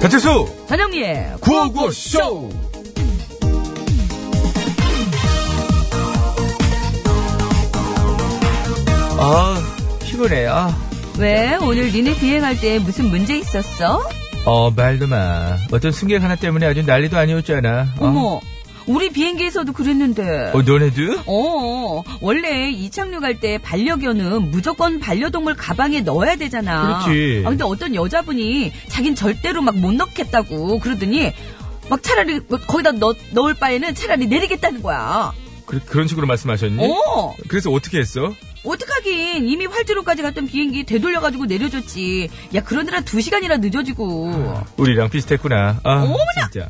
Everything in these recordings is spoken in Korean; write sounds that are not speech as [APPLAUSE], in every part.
배칠수 전영미의 구호구쇼 아 피곤해 아. 왜 오늘 니네 비행할 때 무슨 문제 있었어? 어 말도 마 어떤 승객 하나 때문에 아주 난리도 아니었잖아 어? 어머 우리 비행기에서도 그랬는데 어, 너네도? 어, 원래 이착륙할 때 반려견은 무조건 반려동물 가방에 넣어야 되잖아. 그렇지. 아, 근데 어떤 여자분이 자긴 절대로 막 못 넣겠다고 그러더니 막 차라리 뭐 거기다 넣, 넣을 바에는 차라리 내리겠다는 거야. 그, 그런 식으로 말씀하셨니? 어, 그래서 어떻게 했어? 어떡하긴. 이미 활주로까지 갔던 비행기 되돌려가지고 내려줬지. 야, 그러느라 두 시간이나 늦어지고. 우리랑 비슷했구나 아 어머나! 진짜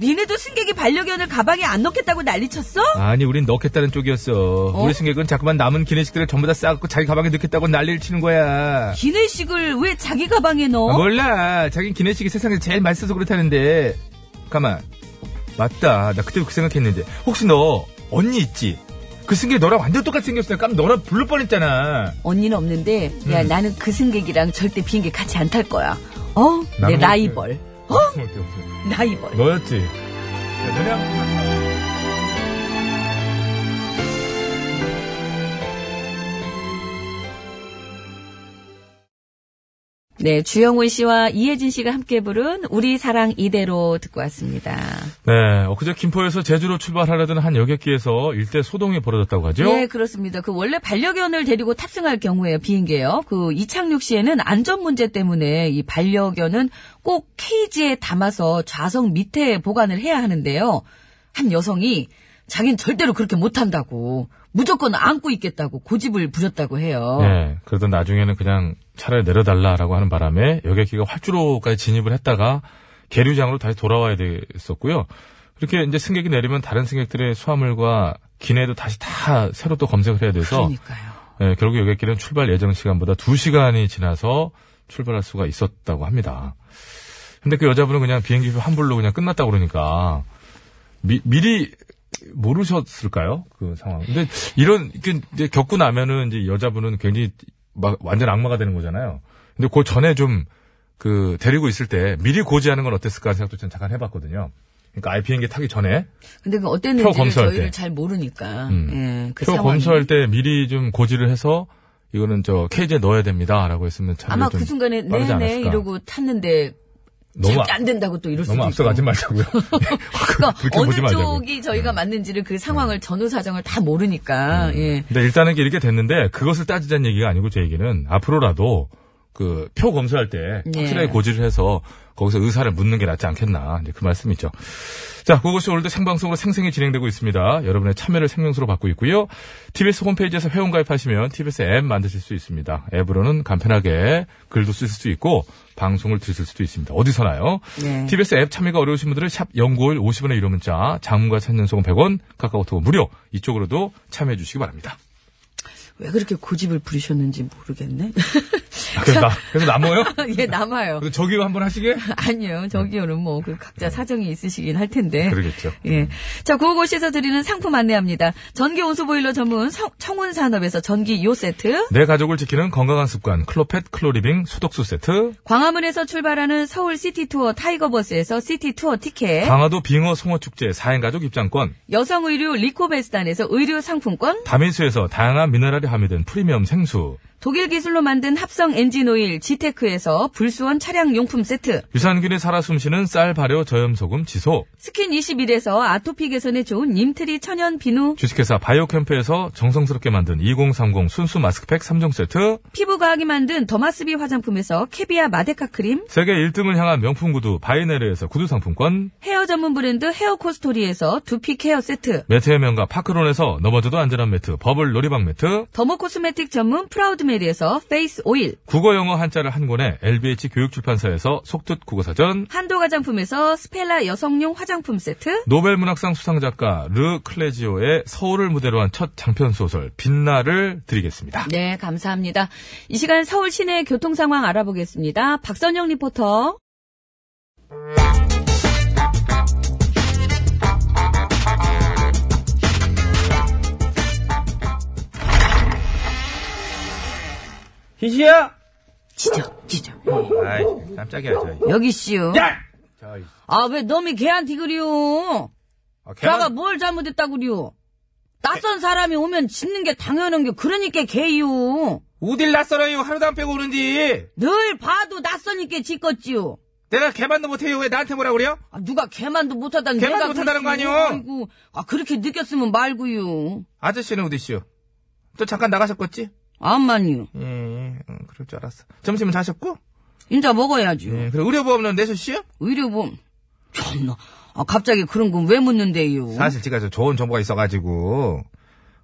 니네도 승객이 반려견을 가방에 안 넣겠다고 난리 쳤어? 아니 우린 넣겠다는 쪽이었어 우리 승객은 자꾸만 남은 기내식들을 전부 다 싸갖고 자기 가방에 넣겠다고 난리를 치는 거야 기내식을 왜 자기 가방에 넣어? 아, 몰라 자긴 기내식이 세상에서 제일 맛있어서 그렇다는데 가만 맞다 나 그때 그 생각했는데 혹시 너 언니 있지? 그 승객 너랑 완전 똑같이 생겼어 깜 너랑 부를 뻔했잖아 언니는 없는데 야 음. 나는 그 승객이랑 절대 비행기 같이 안 탈 거야. 어? 내 나는 라이벌. 어? 없어, 없어. 라이벌. 너였지. 야, 너네 한번 살펴봐. 네, 주영훈 씨와 이혜진 씨가 함께 부른 우리 사랑 이대로 듣고 왔습니다. 네, 엊그제 김포에서 제주로 출발하려던 한 여객기에서 일대 소동이 벌어졌다고 하죠? 네, 그렇습니다. 그 원래 반려견을 데리고 탑승할 경우에 비행기예요. 그 이착륙 시에는 안전 문제 때문에 이 반려견은 꼭 케이지에 담아서 좌석 밑에 보관을 해야 하는데요. 한 여성이 자긴 절대로 그렇게 못 한다고 무조건 안고 있겠다고 고집을 부렸다고 해요. 네, 그러던 나중에는 그냥 차라리 내려달라라고 하는 바람에 여객기가 활주로까지 진입을 했다가 계류장으로 다시 돌아와야 됐었고요. 그렇게 이제 승객이 내리면 다른 승객들의 수화물과 기내도 다시 다 새로 또 검색을 해야 돼서 그러니까요. 예, 결국 여객기는 출발 예정 시간보다 두시간이 지나서 출발할 수가 있었다고 합니다. 근데 그 여자분은 그냥 비행기표 환불로 그냥 끝났다고 그러니까 미, 미리 모르셨을까요? 그 상황. 근데 이런 이렇게 이제 겪고 나면은 이제 여자분은 굉장히 막 완전 악마가 되는 거잖아요. 근데 그 전에 좀 그 데리고 있을 때 미리 고지하는 건 어땠을까 하는 생각도 전 잠깐 해봤거든요. 그러니까 아예 비행기 타기 전에 근데 그 표 어땠는지 검사할 저희를 때. 잘 모르니까. 음. 예, 그 표 상황이. 검수할 때 미리 좀 고지를 해서 이거는 저 케이지에 넣어야 됩니다라고 했으면 차라리 아마 좀 그 순간에 빠르지 네네 않았을까. 이러고 탔는데 너무 절대 안 된다고 또 이럴 수도 너무 있고. 앞서가지 [LAUGHS] 말자고요. [LAUGHS] 그러니까 그렇게 어느 보지 말자고. 네. 쪽이 저희가 맞는지를 그 상황을 전후 사정을 다 모르니까. 예. 근데 일단은 이게 이렇게 됐는데 그것을 따지자는 얘기가 아니고 제 얘기는 앞으로라도 그 표 검수할 때 네. 확실하게 고지를 해서 거기서 의사를 묻는 게 낫지 않겠나 이제 그 말씀이죠. 자, 그것이 오늘도 생방송으로 생생히 진행되고 있습니다. 여러분의 참여를 생명수로 받고 있고요. TBS 홈페이지에서 회원 가입하시면 TBS 앱 만드실 수 있습니다. 앱으로는 간편하게 글도 쓰실 수 있고 방송을 들으실 수도 있습니다. 어디서나요? 네. TBS 앱 참여가 어려우신 분들은 샵 0951, 50원의 유료 문자, 장문과 찾는 송은 100원, 카카오톡 무료 이쪽으로도 참여해 주시기 바랍니다. 왜 그렇게 고집을 부리셨는지 모르겠네. [LAUGHS] 아, 그래서 나, 그래서 남아요? 예, 남아요. 그래서 저기요 한번 하시게? 아니요, 저기요는 뭐, 그 각자 사정이 있으시긴 할 텐데. 네. 그러겠죠. 예. 자, 구호고시에서 드리는 상품 안내합니다. 전기 온수보일러 전문 성- 청운산업에서 전기 요 세트. 내 가족을 지키는 건강한 습관, 클로펫, 클로리빙, 소독수 세트, 광화문에서 출발하는 서울 시티투어 타이거버스에서 시티투어 티켓. 강화도 빙어 송어축제 4인 가족 입장권, 여성의류 리코베스탄에서 의류 상품권. 다민수에서 다양한 미네랄이 함유된 프리미엄 생수, 독일 기술로 만든 합성 엔진 오일 지테크에서 불수원 차량 용품 세트. 유산균이 살아 숨쉬는 쌀 발효 저염소금 지소, 스킨 21에서 아토피 개선에 좋은 님트리 천연 비누. 주식회사 바이오캠프에서 정성스럽게 만든 2030 순수 마스크팩 3종 세트, 피부 과학이 만든 더마스비 화장품에서 캐비아 마데카 크림. 세계 1등을 향한 명품 구두 바이네르에서 구두 상품권, 헤어 전문 브랜드 헤어 코스토리에서 두피 케어 세트. 매트의 명가 파크론에서 넘어져도 안전한 매트, 버블 놀이방 매트, 더모 코스메틱 전문 프라우드메리에서 페이스 오일. 국어 영어 한자를 한 권에 LBH 교육출판사에서 속뜻 국어사전, 한도 화장품에서 스펠라 여성용 화장품 세트. 노벨 문학상 수상작가 르 클레지오의 서울을 무대로 한 첫 장편 소설 빛나를 드리겠습니다. 네, 감사합니다. 이 시간 서울 시내 교통 상황 알아보겠습니다. 박선영 리포터. 희시야! 지적, 지적. 아이, 깜짝이야, 저희. 어, 여기 씨요. 야! 자, 이- 아, 왜 놈이 걔한테 그리요? 아, 걔는- 걔가 뭘 잘못했다고 그리요? 낯선 사람이 오면 짖는 게 당연한 게 그러니까 걔요. 우딜 낯설어요. 하루도 안 빼고 오는디. 늘 봐도 낯서니까 짖겠지요. 내가 걔만도 못해요. 왜 나한테 뭐라 그래요? 아, 누가 걔만도 못하다는 걔만도 내가 못하다는 거 그랬지요. 아니요? 아이고, 아 그렇게 느꼈으면 말고요. 아저씨는 우디 씨요. 또 잠깐 나가셨겠지? 암만요. 예, 예. 음, 그럴 줄 알았어. 점심은 자셨고? 인자 먹어야죠. 예, 그리고 의료보험료는 내셨 씨요? 음. 의료보험. 참나. 아 갑자기 그런 건 왜 묻는데요? 사실 제가 저 좋은 정보가 있어가지고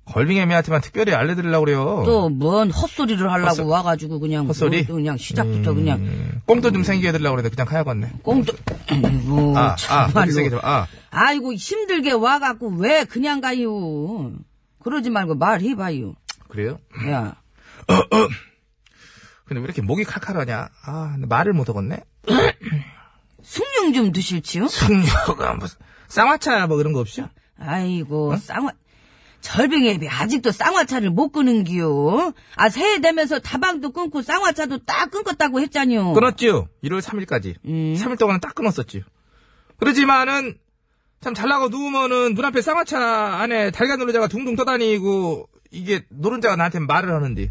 걸빙애미한테만 특별히 알려드리려고 그래요. 또 뭔 헛소리를 하려고 헛소- 와가지고 그냥 헛소리? 또 그냥 시작부터 그냥 음, 꽁도 좀 생기게 해드리려고 그래도 그냥 가야겠네. 꽁도 아이고 아, 아, 참말로 머리 생기지 마. 아. 아이고 힘들게 와갖고 왜 그냥 가요 그러지 말고 말해봐요 그래요? 야 근데 왜 이렇게 목이 칼칼하냐? 아, 근데 말을 못하겠네? 숭늉 좀 드실지요 [LAUGHS] 풍류가 무슨, 뭐, 쌍화차 뭐 그런 거 없이요? 어? 아이고 쌍화 절빙애비 아직도 쌍화차를 못 끄는기요 아 새해 되면서 다방도 끊고 쌍화차도 딱 끊었다고 했잖요 어. 끊었지요. 1월 3일까지. 음. 3일 동안은 딱 끊었었지요. 그러지만은, 참 잘나고 누우면은 눈앞에 쌍화차 안에 달걀 노른자가 둥둥 떠다니고, 이게 노른자가 나한테 말을 하는데,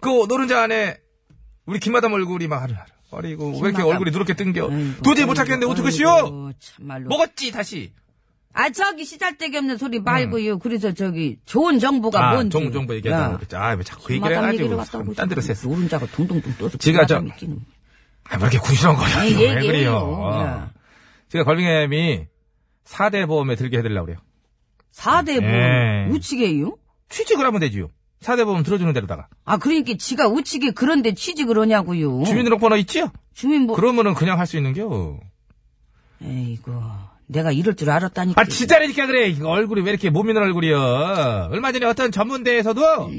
그 노른자 안에 우리 김마담 얼굴이 막 하를 하라. 어리고, 왜 이렇게 김마담. 음, 얼굴이 누렇게 뜬겨. 아이고, 도저히 못 아이고, 찾겠는데 어떡하시오? 아이고, 참말로 먹었지, 다시. 아 저기 시잘데기 없는 소리 말고요. 그래서 저기 좋은 정보가 아, 뭔지. 음. 정, 정보 아, 얘기하자고 그랬지. 아, 왜 자꾸 그 얘기를 해가지고. 사람 딴 데로 샜어. 노른자가 동동동 떠서. 지가 저- 바람이 끼는. 아, [LAUGHS] 왜 이렇게 아이, 궁시렁거려. 왜 얘기해요. 그래요? 아. 야. 제가 걸빙햄이 4대 보험에 들게 해드리려고 그래요. 4대 예. 보험 우치게요? 취직을 하면 되지요. 4대 보험 들어주는 데로다가. 아 그러니까 지가 우치게 그런데 취직을 하냐고요. 주민등록번호 있지요? 주민보. 그러면은 그냥 할 수 있는겨. 에이고 내가 이럴 줄 알았다니까. 아, 진짜라니까 그래. 이거 얼굴이 왜 이렇게 못 믿는 얼굴이여. 얼마 전에 어떤 전문대에서도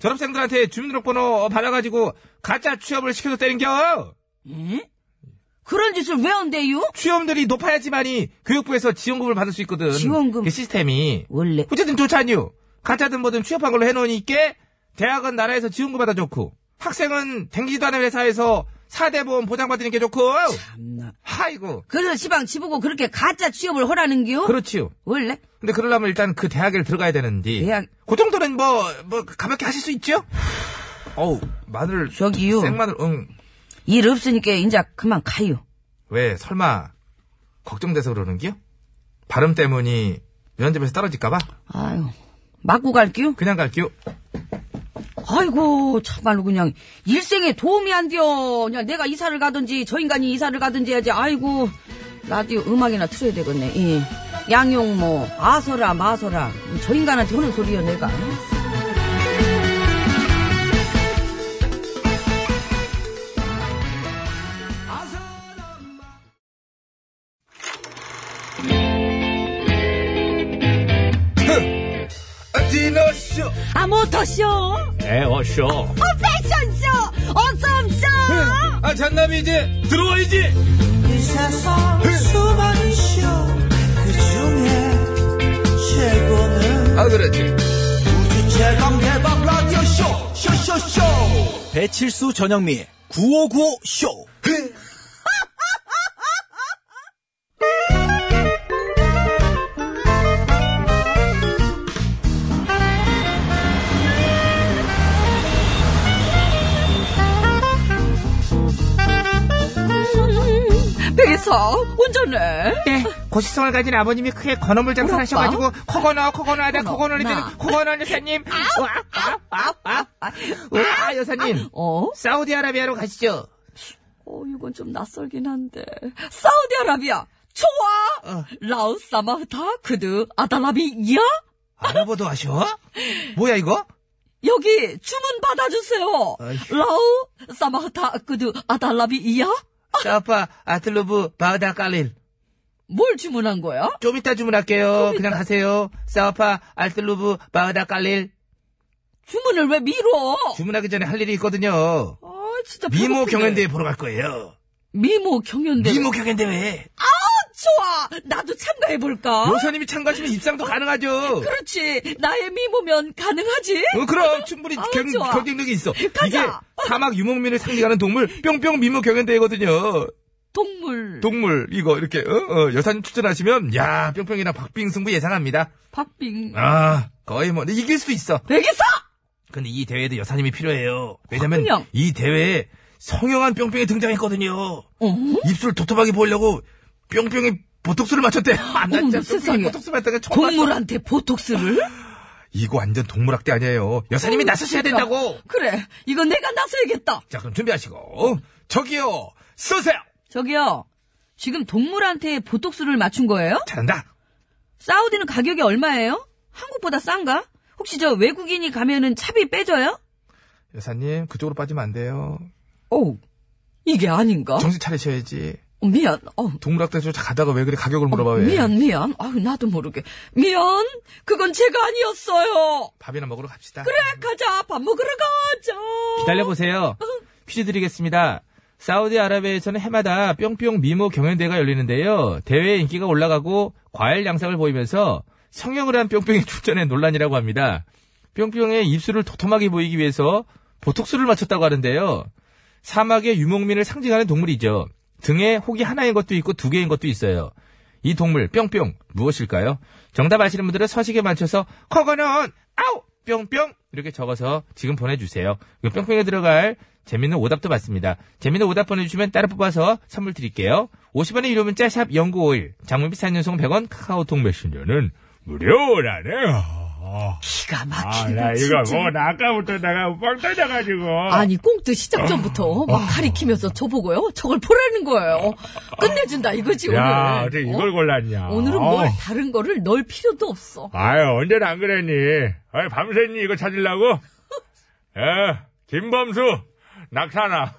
졸업생들한테 주민등록번호 받아가지고 가짜 취업을 시켜서 때린겨. 예? 그런 짓을 왜 한대요? 취업률이 높아야지만이 교육부에서 지원금을 받을 수 있거든. 지원금. 그 시스템이. 원래 어쨌든 좋지 않요. 가짜든 뭐든 취업한 걸로 해놓으니까 대학은 나라에서 지원금 받아 좋고 학생은 댕기지도 않은 회사에서 4대 보험 보장받는 게 좋고 참나. 아이고 그래서 시방 지보고 그렇게 가짜 취업을 하라는겨? 그렇지요. 원래? 근데 그러려면 일단 그 대학을 들어가야 되는데 대학- 그 정도는 뭐 뭐 가볍게 하실 수 있죠? 어우 마늘 저기요. 생마늘 일 없으니까 이제 그만 가요. 응왜 설마 걱정돼서 그러는겨? 발음 때문이 면접에서 떨어질까봐 아유. 맞고 갈게요. 그냥 갈게요. 아이고, 참말로 그냥 일생에 도움이 안 돼요. 그냥 내가 이사를 가든지 저 인간이 이사를 가든지 해야지. 아이고, 라디오 음악이나 틀어야 되겠네. 예. 양용모, 뭐, 아서라, 마서라. 저 인간한테 하는 소리야, 내가. 디너쇼 아, 모터쇼, 에어쇼. 그 패션쇼, 어썸쇼! 아 잔남이 이제 들어와야지. 이 세상 수많은 쇼그 중에 최고는 아 그렇지. 우주 최강 대박 라디오 쇼 쇼쇼쇼 배칠수 전영미 9595 쇼. 배사, 운전해. 때 고시성을 가진 아버님이 크게 건어물 장사를 하셔가지고 코건어 코건어하다 코건어, 코건어를 나. 되는 코건어 여사님 와 여사님 어? 사우디아라비아로 가시죠 어, 이건 좀 낯설긴 한데. 사우디아라비아, 좋아! 라오사마흐타, 그드, 아달라비야? 알아보도 하셔? 뭐야 이거? 여기 주문 받아주세요. 아이씨. 라우 사마흐타 그드 아달라비 이야? 어. 사파 아틀루브 바우다 깔릴 뭘 주문한 거야? 좀 어, 이따 주문할게요 그냥 가세요 사파 아틀루브 바우다 깔릴 주문을 왜 미뤄? 주문하기 전에 할 일이 있거든요 아 진짜 미모 배고픈데. 경연대회 보러 갈 거예요 미모 경연대 미모 경연대회 좋아! 나도 어? 참가해볼까? 여사님이 참가하시면 입상도 가능하죠. 그렇지. 나의 미모면 가능하지? 어, 그럼 충분히 아우, 경, 좋아. [LAUGHS] 경쟁력이 있어. 가자. 이게 사막 유목민을 상징하는 동물 뿅뿅 미모 경연대회거든요. 동물. 동물 이거 이렇게 어? 어, 여사님 출전하시면 야 뿅뿅이랑 박빙 승부 예상합니다. 박빙. 아 거의 뭐 근데 이길 수도 있어. 되겠어! 근데 이 대회에도 여사님이 필요해요. 왜냐면 그냥. 이 대회에 성형한 뿅뿅이 등장했거든요. 어? 입술 도톰하게 보려고 뿅뿅이 보톡스를 [LAUGHS] 맞췄대. 아, 어머, 나 진짜 세상에. 뿅뿅이 보톡스 맞다가 처음 봤어. 동물한테 보톡스를? 이거 완전 동물학대 아니에요. 여사님이 어우, 나서셔야 진짜. 된다고. 그래. 이건 내가 나서야겠다. 자 그럼 준비하시고 저기요 쏘세요. 저기요. 지금 동물한테 보톡스를 맞춘 거예요? 잘한다. 사우디는 가격이 얼마예요? 한국보다 싼가? 혹시 저 외국인이 가면은 차비 빼줘요? 여사님 그쪽으로 빠지면 안 돼요. 오, 이게 아닌가? 정신 차리셔야지. 어, 미안. 어, 동물학대에서 가다가 왜 그래 가격을 물어봐 왜. 미안, 미안. 아유, 나도 모르게. 미안. 그건 제가 아니었어요. 밥이나 먹으러 갑시다. 그래, 가자. 밥 먹으러 가자. 기다려보세요. 퀴즈 드리겠습니다. 사우디아라비아에서는 해마다 뿅뿅 미모 경연대회가 열리는데요. 대회의 인기가 올라가고 과일 양상을 보이면서 성형을 한 뿅뿅의 출전에 논란이라고 합니다. 뿅뿅의 입술을 도톰하게 보이기 위해서 보톡스를 맞췄다고 하는데요. 사막의 유목민을 상징하는 동물이죠. 등에 혹이 하나인 것도 있고 두 개인 것도 있어요. 이 동물 뿅뿅 무엇일까요? 정답 아시는 분들은 서식에 맞춰서 커거는 아우 뿅뿅 이렇게 적어서 지금 보내주세요. 그 뿅뿅에 들어갈 재밌는 오답도 받습니다. 재밌는 오답 보내주시면 따로 뽑아서 선물 드릴게요. 50원의 유료 문자 샵 0951 장문 비싼 연속 100원 카카오톡 메신저는 무료라네요. 기가 막히네. 아, 나 이거 진짜. 뭐, 나 아까부터 내가 빵 터져가지고. 아니, 꽁트 시작 어. 전부터 막 가리키면서 저보고요. 저걸 보라는 거예요. 끝내준다, 이거지, 오늘. 야, 어떻게 이걸 어? 골랐냐. 오늘은 어. 뭘 다른 거를 넣을 필요도 없어. 아유, 언제나 안 그랬니? 아유, 밤새니 이거 찾으려고? 예, 에, 김범수, 낙타나.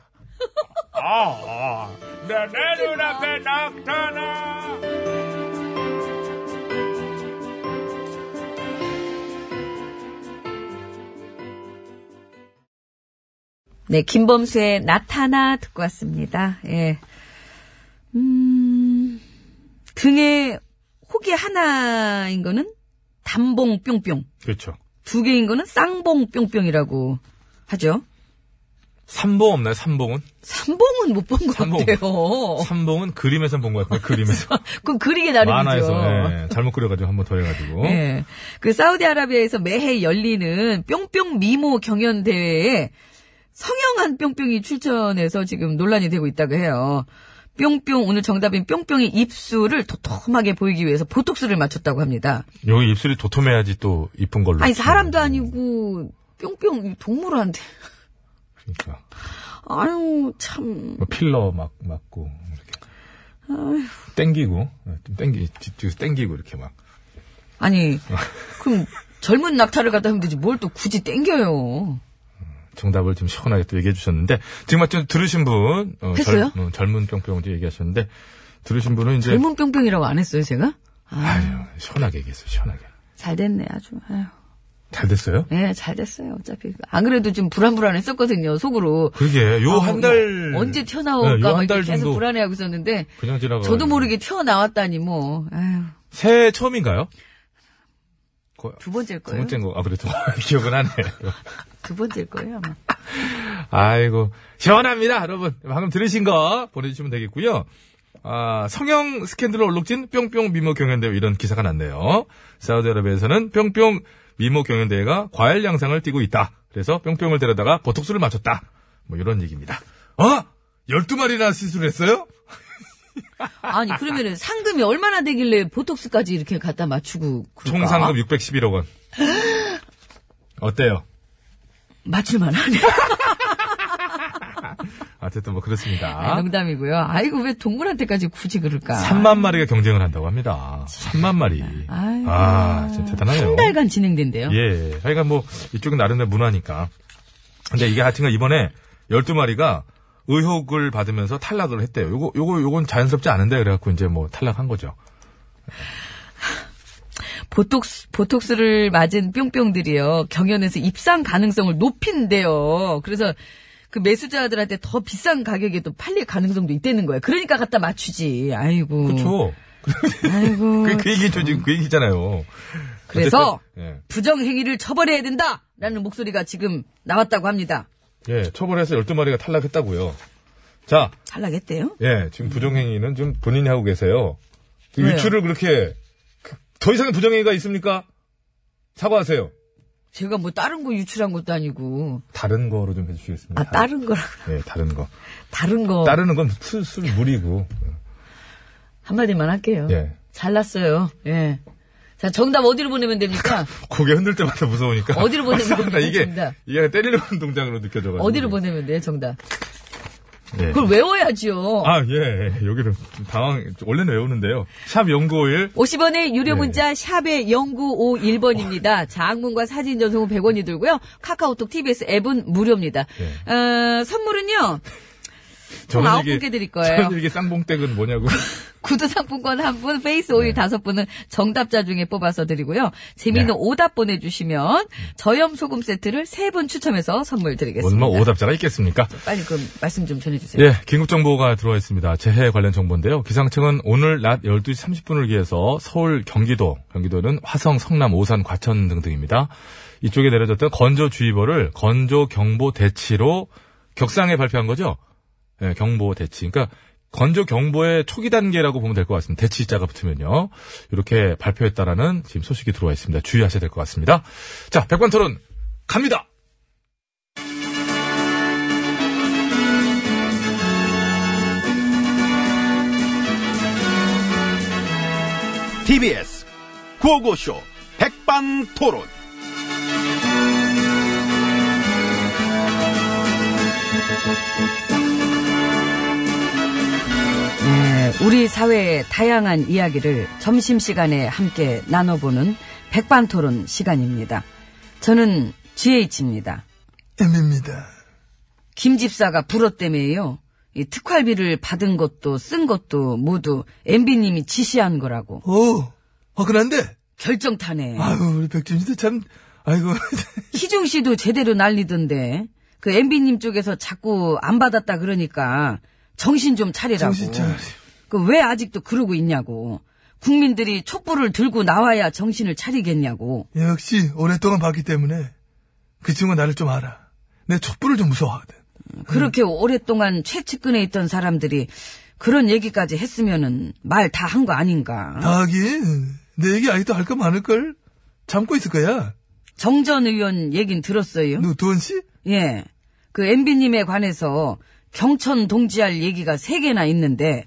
아, 아. 내, 내 눈앞에 낙타나. 네, 김범수의 나타나 듣고 왔습니다. 예. 음, 등에 혹이 하나인 거는 담봉 뿅뿅, 그렇죠. 두 개인 거는 쌍봉 뿅뿅이라고 하죠. 삼봉 없나요? 삼봉은? 삼봉은 못 본 것 삼봉. 같아요. 삼봉은 그림에서 본 것 같아요. 그림에서. [LAUGHS] 그건 그리게 나름이죠. 만화에서 예, 잘못 그려가지고 한 번 더 해가지고. 예. 그 사우디아라비아에서 매해 열리는 뿅뿅 미모 경연 대회에 성형한 뿅뿅이 출전해서 지금 논란이 되고 있다고 해요. 뿅뿅 오늘 정답인 뿅뿅이 입술을 도톰하게 보이기 위해서 보톡스를 맞췄다고 합니다. 여기 입술이 도톰해야지 또 이쁜 걸로. 아니 사람도 아니고 뿅뿅 동물한테 그러니까. 아유 참 뭐 필러 막 맞고 이렇게 땡기고 예, 좀 땡기 뒤에서 땡기고 이렇게 막 아니 그럼 젊은 낙타를 갖다 하면 되지 뭘 또 굳이 땡겨요. 정답을 좀 시원하게 또 얘기해 주셨는데 지금 마침 들으신 분 어, 했어요? 젊, 어, 젊은 뿅뿅지 얘기하셨는데 들으신 분은 이제 젊은 뿅뿅이라고 안 했어요 제가? 아, 아유, 시원하게 얘기했어요 시원하게 잘 됐네 아주. 아유. 잘 됐어요? 예, 잘 됐어요. 어차피 안 그래도 좀 불안불안했었거든요. 속으로. 그게 요 어, 한 달 언제 튀어나올까 네, 요한 막 이렇게 달 계속 정도. 어, 예. 불안해하고 있었는데 그냥 지나가 저도 모르게 튀어나왔다니 뭐. 아유, 새해 네. 처음인가요? 거의 두 번째일 두 거예요. 번째인 거, 아, 그래도 [LAUGHS] 기억은 하네. 두 번째일 거예요, 아마. 아이고, 시원합니다, 여러분. 방금 들으신 거 보내주시면 되겠고요. 아, 성형 스캔들로 얼룩진 뿅뿅 미모 경연대회 이런 기사가 났네요. 사우디아라비아에서는 뿅뿅 미모 경연대회가 과일 양상을 띠고 있다. 그래서 뿅뿅을 데려다가 보톡스를 맞췄다. 뭐 이런 얘기입니다. 어? 12마리나 시술했어요? 아니, 그러면은 상금이 얼마나 되길래 보톡스까지 이렇게 갖다 맞추고 그럴까? 아, 총 상금 611억 원. 어때요? 맞출 만하네. 어쨌든 뭐 아, 그렇습니다. [LAUGHS] 농담이고요. 아이고 왜 동물한테까지 굳이 그럴까? 3만 마리가 경쟁을 한다고 합니다. 3만 마리. 아이고. 아, 진짜 대단하네요. 한 달간 진행된대요. 예. 하여간 뭐, 이쪽은 나름의 문화니까. 근데 이게 하여튼간 이번에 12마리가 의혹을 받으면서 탈락을 했대요. 요거, 요거, 요건 자연스럽지 않은데, 그래갖고 이제 뭐 탈락한 거죠. 보톡스, 보톡스를 맞은 뿅뿅들이요. 경연에서 입상 가능성을 높인대요. 그래서 그 매수자들한테 더 비싼 가격에 또 팔릴 가능성도 있다는 거예요. 그러니까 갖다 맞추지. 아이고. 그쵸. [LAUGHS] 아이고. 그, 그 얘기죠, 지금 그 얘기잖아요. 그래서 어쨌든, 예. 부정행위를 처벌해야 된다라는 목소리가 지금 나왔다고 합니다. 예, 예, 처벌해서 12마리가 탈락했다고요. 자, 탈락했대요? 예, 지금 부정행위는 지금 본인이 하고 계세요. 그 왜요? 유출을 그렇게, 그- 더 이상의 부정행위가 있습니까? 사과하세요. 제가 뭐 다른 거 유출한 것도 아니고. 다른 거로 좀 해주시겠습니다. 아, 다른 거라, 예, 다른 거. 다른 거. 따르는 건 술, 술, 물이고. 어. 한마디만 할게요. 예. 잘났어요. 예. 자, 정답 어디로 보내면 [LAUGHS] 됩니까? 고개 흔들 때마다 무서우니까. [LAUGHS] 어디로 보내면 나 [LAUGHS] 이게, 됩니다. 이게 때리는 동작으로 느껴져가지고. 어디로 보내면 돼요, 정답? 예. 그걸 외워야지요. 아, 예, 예. 여기를 당황, 원래는 외우는데요. 샵 연구일. 50원의 유료 예. 문자 샵의 0951번입니다. 장문과 사진 전송은 100원이 들고요. 카카오톡 TBS 앱은 무료입니다. 어, 선물은요. 총 아홉 분께 드릴 거예요. 저는 이게 쌍봉댁은 뭐냐고. 구두 상품권 한 분, 페이스 오일 다섯 분은 정답자 중에 뽑아서 드리고요. 재미있는 오답 보내주시면 저염 소금 세트를 세 분 추첨해서 선물 드리겠습니다. 얼마 오답자가 있겠습니까? 빨리 그럼 말씀 좀 전해주세요. 예, 긴급 정보가 들어와 있습니다. 재해 관련 정보인데요. 기상청은 오늘 낮 12시 30분을 기해서 서울, 경기도, 경기도는 화성, 성남, 오산, 과천 등등입니다. 이쪽에 내려졌던 건조주의보를 건조경보 대치로 격상에 발표한 거죠. 예, 경보 대치. 그러니까 건조 경보의 초기 단계라고 보면 될 것 같습니다. 대치자가 붙으면요. 이렇게 발표했다라는 지금 소식이 들어와 있습니다. 주의하셔야 될 것 같습니다. 자, 백반 토론 갑니다. TBS 구호고쇼 백반토론. 네, 우리 사회의 다양한 이야기를 점심시간에 함께 나눠보는 백반토론 시간입니다. 저는 GH입니다. M입니다. 김 집사가 불어 때문에요. 이 특활비를 받은 것도 쓴 것도 모두 MB님이 지시한 거라고 오, 어, 화끈한데? 음. 결정타네. 아유, 예. 우리 백준 씨도 참, 아이고. [LAUGHS] 희중 씨도 제대로 난리던데 그 MB님 쪽에서 자꾸 안 받았다 그러니까 정신 좀 차리라고. 정신 차려. 그 왜 아직도 그러고 있냐고. 국민들이 촛불을 들고 나와야 정신을 차리겠냐고. 역시, 오랫동안 봤기 때문에, 그 친구가 나를 좀 알아. 내 촛불을 좀 무서워하거든. 그렇게 오랫동안 최측근에 있던 사람들이 그런 얘기까지 했으면은 말 다 한 거 아닌가. 다 하긴, 내 얘기 아직도 할 거 많을걸? 참고 있을 거야. 정전 의원 얘긴 들었어요. 누, 두원 씨? 예. 그 MB님에 관해서 경천 동지할 얘기가 세 개나 있는데,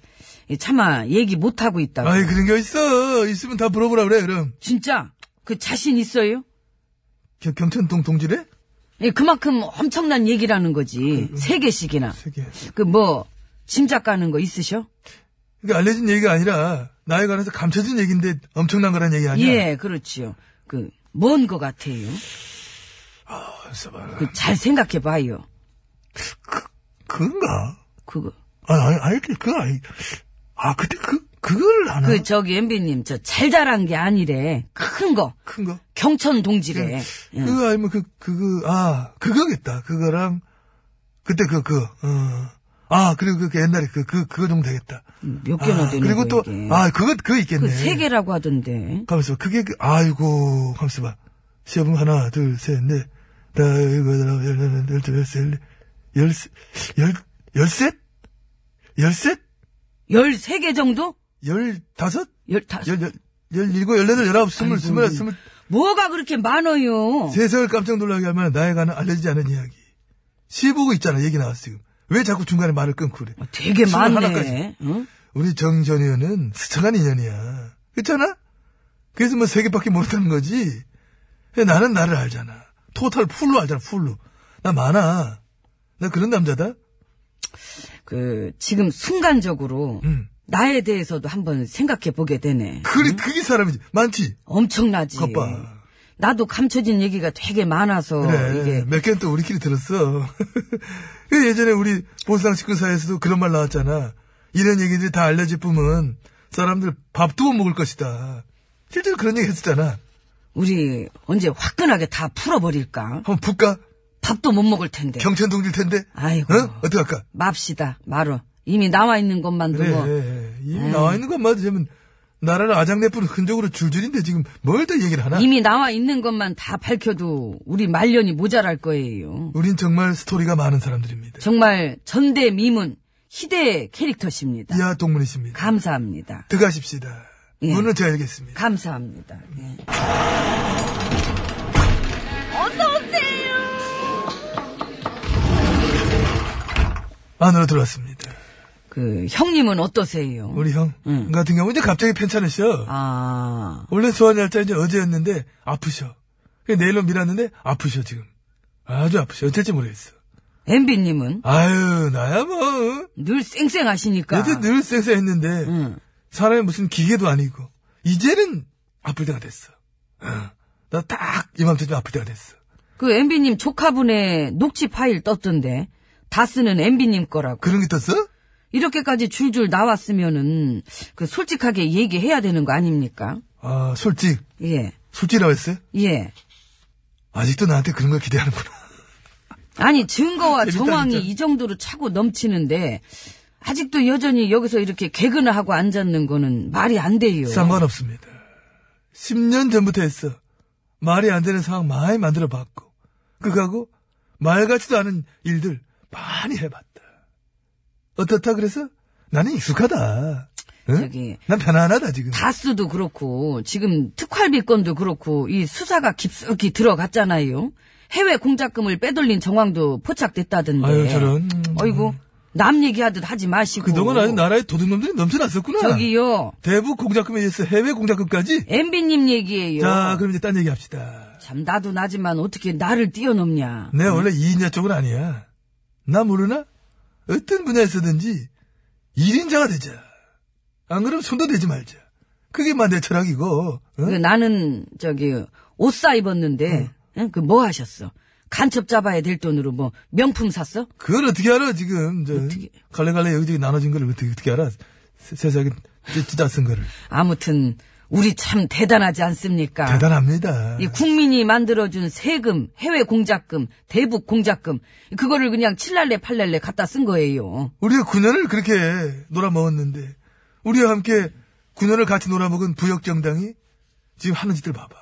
이 차마 얘기 못하고 있다고. 아이, 그런 게 있어. 있으면 다 물어보라 그래, 그럼. 진짜? 그 자신 있어요? 경- 경천동 동지래? 예, 그만큼 엄청난 얘기라는 거지. 세 개씩이나. 그, 세계. 그 뭐, 짐작 가는 거 있으셔? 그러니까 알려진 얘기가 아니라, 나에 관해서 감춰진 얘기인데 엄청난 거란 얘기 아니야? 예, 그렇지요. 그, 뭔 거 같아요? 써봐라. 그, 잘 생각해봐요. 그건가? 그거. 아, 아니, 아니, 그거 아니. 아, 그때 그, 그걸 하나? 그, 저기, MB님, 저, 잘 자란 게 아니래. 큰 거. 큰 거? 경천 네. 동지래. 예. 그거 아니면 그, 그거, 아, 그거겠다. 그거랑, 그때 그, 그, 어. 아, 그리고 그, 그 옛날에 그, 그, 그거 정도 되겠다. 몇 개나 아, 되는 그리고 거 또, 이게. 아, 그거, 그거 있겠네. 그 세 개라고 하던데. 가만있어 봐. 그게 그, 아이고, 가만있어 봐. 시험 하나, 둘, 셋, 넷, 다, 일곱, 여덟, 열, 열, 열두, 열세, 열세, 열, 열셋? 열셋? 13개 정도? 열다섯? 15. 열, 열, 열일곱, 열여덟, 열아홉, 스물, 스물, 스물, 뭐가 그렇게 많아요? 세상을 깜짝 놀라게 할 만한 나에 관한 알려지지 않은 이야기. 시보고 있잖아, 얘기 나왔어, 지금. 왜 자꾸 중간에 말을 끊고 그래? 되게 스물 많네. 어? 하나까지. 응? 우리 정 전 의원은 스쳐간 인연이야. 그렇잖아? 그래서 뭐 세 개밖에 모르다는 거지. 나는 나를 알잖아. 토탈 풀로 알잖아, 풀로. 나 많아. 나 그런 남자다? 그, 지금 순간적으로 응. 나에 대해서도 한번 생각해 보게 되네. 그래, 그게 사람이지. 많지? 엄청나지. 겉봐. 나도 감춰진 얘기가 되게 많아서 그래. 어, 이게 몇 개는 또 우리끼리 들었어. [LAUGHS] 그 예전에 우리 보상 식구사에서도 그런 말 나왔잖아. 이런 얘기들이 다 알려질 뿐은 사람들 밥도 못 먹을 것이다. 실제로 그런 얘기 했었잖아. 우리 언제 화끈하게 다 풀어버릴까? 한번 볼까? 밥도 못 먹을 텐데. 경천동질 텐데? 아이고. 어? 어떻게 할까? 예, 맙시다 말어. 이미 나와 있는 것만도 그래. 뭐 이미 나와 있는 것만 되면 나라를 아장내뿐 흔적으로 줄줄인데 지금 뭘 더 얘기를 하나? 이미 나와 있는 것만 다 밝혀도 우리 말년이 모자랄 거예요. 우린 정말 스토리가 많은 사람들입니다. 정말 전대미문 희대의 캐릭터십니다. 이하 동문이십니다. 감사합니다. 들어가십시다. 예. 문을 제가 열겠습니다. 감사합니다. 예. 안으로 들어왔습니다. 그 형님은 어떠세요? 우리 형 응. 같은 경우 이제 갑자기 편찮으셔. 아 원래 소환 날짜 이제 어제였는데 아프셔. 그래서 내일로 미뤘는데 아프셔 지금. 아주 아프셔. 어쩔지 모르겠어. 엠비님은 아유 나야 뭐. 늘 쌩쌩하시니까. 여태 늘 쎄쎄했는데 그러니까. 응. 사람이 무슨 기계도 아니고 이제는 아플 때가 됐어. 나 딱 이맘때쯤 아플 때가 됐어. 그 엠비님 조카분의 녹취 파일 떴던데 다 쓰는 엠비님 거라고. 그런 게 떴어? 이렇게까지 줄줄 나왔으면은 그 솔직하게 얘기해야 되는 거 아닙니까? 아 솔직 예 솔직이라고 했어요? 예. 아직도 나한테 그런 걸 기대하는구나. 아니 증거와 재밌다, 정황이 진짜. 이 정도로 차고 넘치는데 아직도 여전히 여기서 이렇게 개그나 하고 앉았는 거는 말이 안 돼요. 상관없습니다. 10년 전부터 했어. 말이 안 되는 상황 많이 만들어 봤고, 그거하고 말 같지도 않은 일들 많이 해봤다. 어떻다 그래서? 나는 익숙하다. 응? 저기- 난 편안하다 지금. 다스도 그렇고 지금 특활비 건도 그렇고 이 수사가 깊숙이 들어갔잖아요. 해외 공작금을 빼돌린 정황도 포착됐다던데. 아유, 저런. 음. 어이구 남 얘기하듯 하지 마시고. 그동안 아주 나라에 도둑놈들이 넘쳐났었구나. 뭐 저기요 대북 공작금에 의해서 해외 공작금까지? 엠비님 얘기예요. 자, 그럼 이제 딴 얘기 합시다. 참 나도 나지만 어떻게 나를 뛰어넘냐. 내가 원래 이인자 쪽은 아니야. 나 모르나? 어떤 분야에서든지 1인자가 되자. 안 그러면 손도 대지 말자. 그게 막 내 철학이고. 어? 응? 그 나는 저기 옷 사 네. 입었는데 그 뭐 하셨어? 간첩 잡아야 될 돈으로 뭐 명품 샀어? 그걸 어떻게 알아 지금? 저, 갈래갈래 여기저기 나눠진 걸 어떻게, 어떻게 알아? 세- 세상에 찢다 쓴 거를. 아무튼 우리 참 대단하지 않습니까? 대단합니다. 아. 이 국민이 만들어준 세금, 해외 공작금, 대북 공작금 그거를 그냥 칠랄래 팔랄래 갖다 쓴 거예요. 우리가 9년을 그렇게 놀아먹었는데 우리와 함께 9년을 같이 놀아먹은 부역정당이 지금 하는 짓들 봐봐.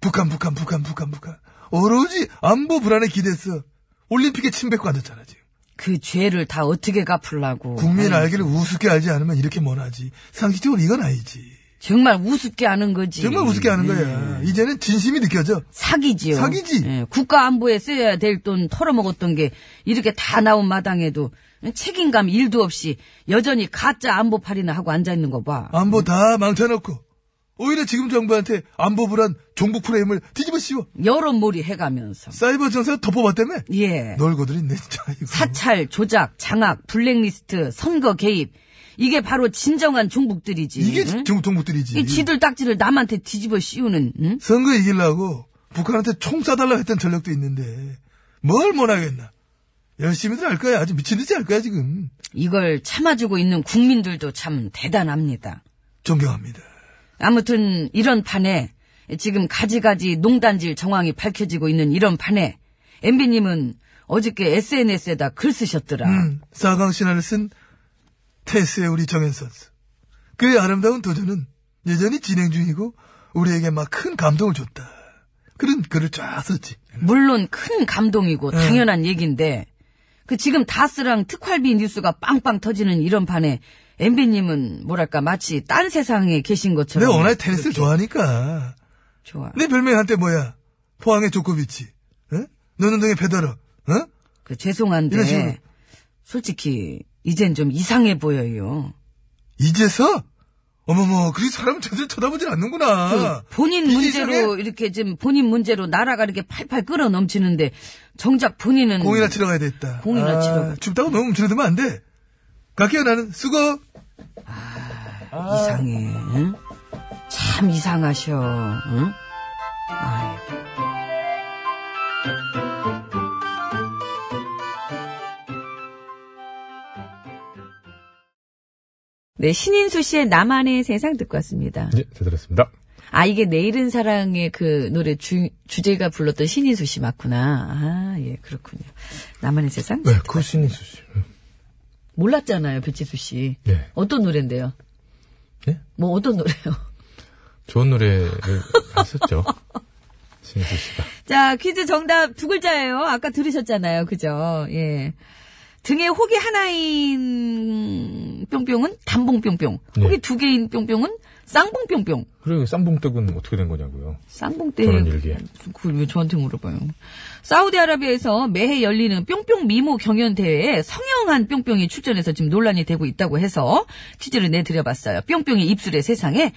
북한 북한 북한 북한 북한 오로지 안보 불안에 기대서 올림픽에 침뱉고 앉았잖아 지금. 그 죄를 다 어떻게 갚으려고? 국민 아니, 알기를 우습게 알지 않으면 이렇게 못하지. 상식적으로 이건 아니지. 정말 우습게 하는 거지. 정말 우습게 하는 거야. 예. 이제는 진심이 느껴져. 사기지요. 사기지. 예, 국가 안보에 써야 될 돈 털어먹었던 게 이렇게 다 나온 마당에도 책임감 일도 없이 여전히 가짜 안보팔이나 하고 앉아 있는 거 봐. 안보 다 망쳐놓고 오히려 지금 정부한테 안보 불안 종북 프레임을 뒤집어 씌워. 여론몰이 해가면서 사이버 정세 덮어봤다며. 예 놀고들 있네 진짜. 이거. 사찰, 조작, 장악, 블랙리스트, 선거 개입 이게 바로 진정한 종북들이지. 이게 응? 중국 동북들이지. 이 지들 딱지를 남한테 뒤집어 씌우는 응? 선거 이기려고 북한한테 총 쏴달라고 했던 전력도 있는데 뭘 못하겠나. 열심히들 할 거야. 아주 미친듯이 할 거야 지금. 이걸 참아주고 있는 국민들도 참 대단합니다. 존경합니다. 아무튼 이런 판에 지금 가지가지 농단질 정황이 밝혀지고 있는 이런 판에 엠비님은 어저께 SNS에다 글 쓰셨더라. 음, 사강 신화를 쓴 테스의 우리 정현 선수. 그의 아름다운 도전은 여전히 진행 중이고 우리에게 막 큰 감동을 줬다. 그런 글을 쫙 썼지. 물론 큰 감동이고 음. 당연한 얘기인데 그 지금 다스랑 특활비 뉴스가 빵빵 터지는 이런 판에 엠비님은 뭐랄까 마치 딴 세상에 계신 것처럼. 내가 워낙 테니스를 좋아하니까. 좋아. 내 별명이 한때 뭐야? 포항의 조코비치. 어? 노는동의 페더러. 어? 그 이런 식으로. 죄송한데 솔직히 이젠 좀 이상해 보여요. 이제서? 어머머, 그리 사람을 제대로 쳐다보진 않는구나. 그 본인 이게 문제로 이상해? 이렇게 지금 본인 문제로 나라가 이렇게 팔팔 끓어 넘치는데 정작 본인은 공이나 치러 가야 됐다. 공이나 아, 치러 가- 춥다고 너무 움츠러들면 안 돼. 갈게요, 나는. 수고! 어. 이상해. 응? 참 이상하셔. 응? 아이. 네, 신인수 씨의 나만의 세상 듣고 왔습니다. 예, 잘 들었습니다. 아, 이게 내일은 사랑의 그 노래 주, 주제가 불렀던 신인수 씨 맞구나. 아, 예, 그렇군요. 나만의 세상? 네, 그 신인수 씨. 몰랐잖아요, 배치수 씨. 네. 어떤 노래인데요? 예? 뭐 어떤 노래요? 좋은 노래를 했었죠. [LAUGHS] 신수 씨가. 자, 퀴즈 정답 두 글자예요. 아까 들으셨잖아요. 그죠? 예. 등에 혹이 하나인 뿅뿅은 단봉뿅뿅. 네. 혹이 두 개인 뿅뿅은 쌍봉뿅뿅. 그리고 쌍봉떡은 어떻게 된 거냐고요. 쌍봉 때 저는 일기에. 그걸 왜 저한테 물어봐요. 사우디아라비아에서 매해 열리는 뿅뿅 미모 경연 대회에 성형한 뿅뿅이 출전해서 지금 논란이 되고 있다고 해서 퀴즈를 내드려봤어요. 뿅뿅이 입술의 세상에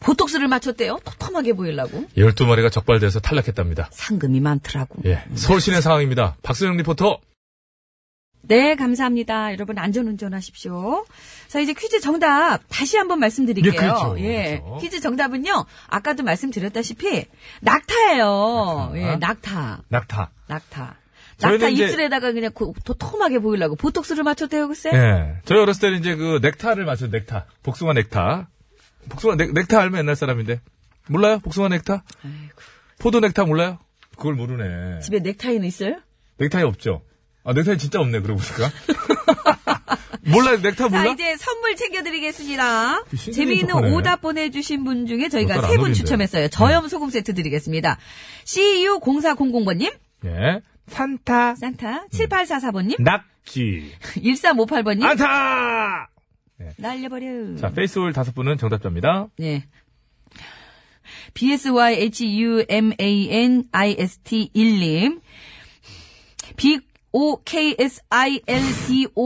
보톡스를 맞췄대요. 토톰하게 보이려고. 12마리가 적발돼서 탈락했답니다. 상금이 많더라고. 예. 서울시내 상황입니다. 박소영 리포터. 네, 감사합니다. 여러분 안전운전 하십시오. 자, 이제 퀴즈 정답 다시 한번 말씀드릴게요. 예, 그렇죠. 예, 그렇죠. 퀴즈 정답은요. 아까도 말씀드렸다시피 낙타예요. 낙타. 예, 낙타. 낙타. 낙타. 저희는 낙타 이제- 입술에다가 그냥 고, 도톰하게 보이려고 보톡스를 맞췄대요, 글쎄. 예. 저희 어렸을 때는 이제 그 넥타를 맞춰 넥타. 복숭아 넥타. 복숭아 넥, 넥타 알면 옛날 사람인데. 몰라요? 복숭아 넥타? 포도 넥타 몰라요? 그걸 모르네. 집에 넥타이는 있어요? 넥타이 없죠? 아, 넥타이 진짜 없네, 그러고 보니까. [LAUGHS] 몰라요? 넥타 자, 몰라? 이제 선물 챙겨드리겠습니다. 그 신세계 재미있는 독하네. 오답 보내주신 분 중에 저희가 몇살 세 안 분 어린데. 네. 추첨했어요. 저염 소금 세트 드리겠습니다. CU0400번님, 예. 산타 음. 산타, 7844번님, 낙지. 1358번님, 아, 안타! 날려버려. 자, 페이스홀 다섯 분은 정답자입니다. 네. BSYHUMANIST1님,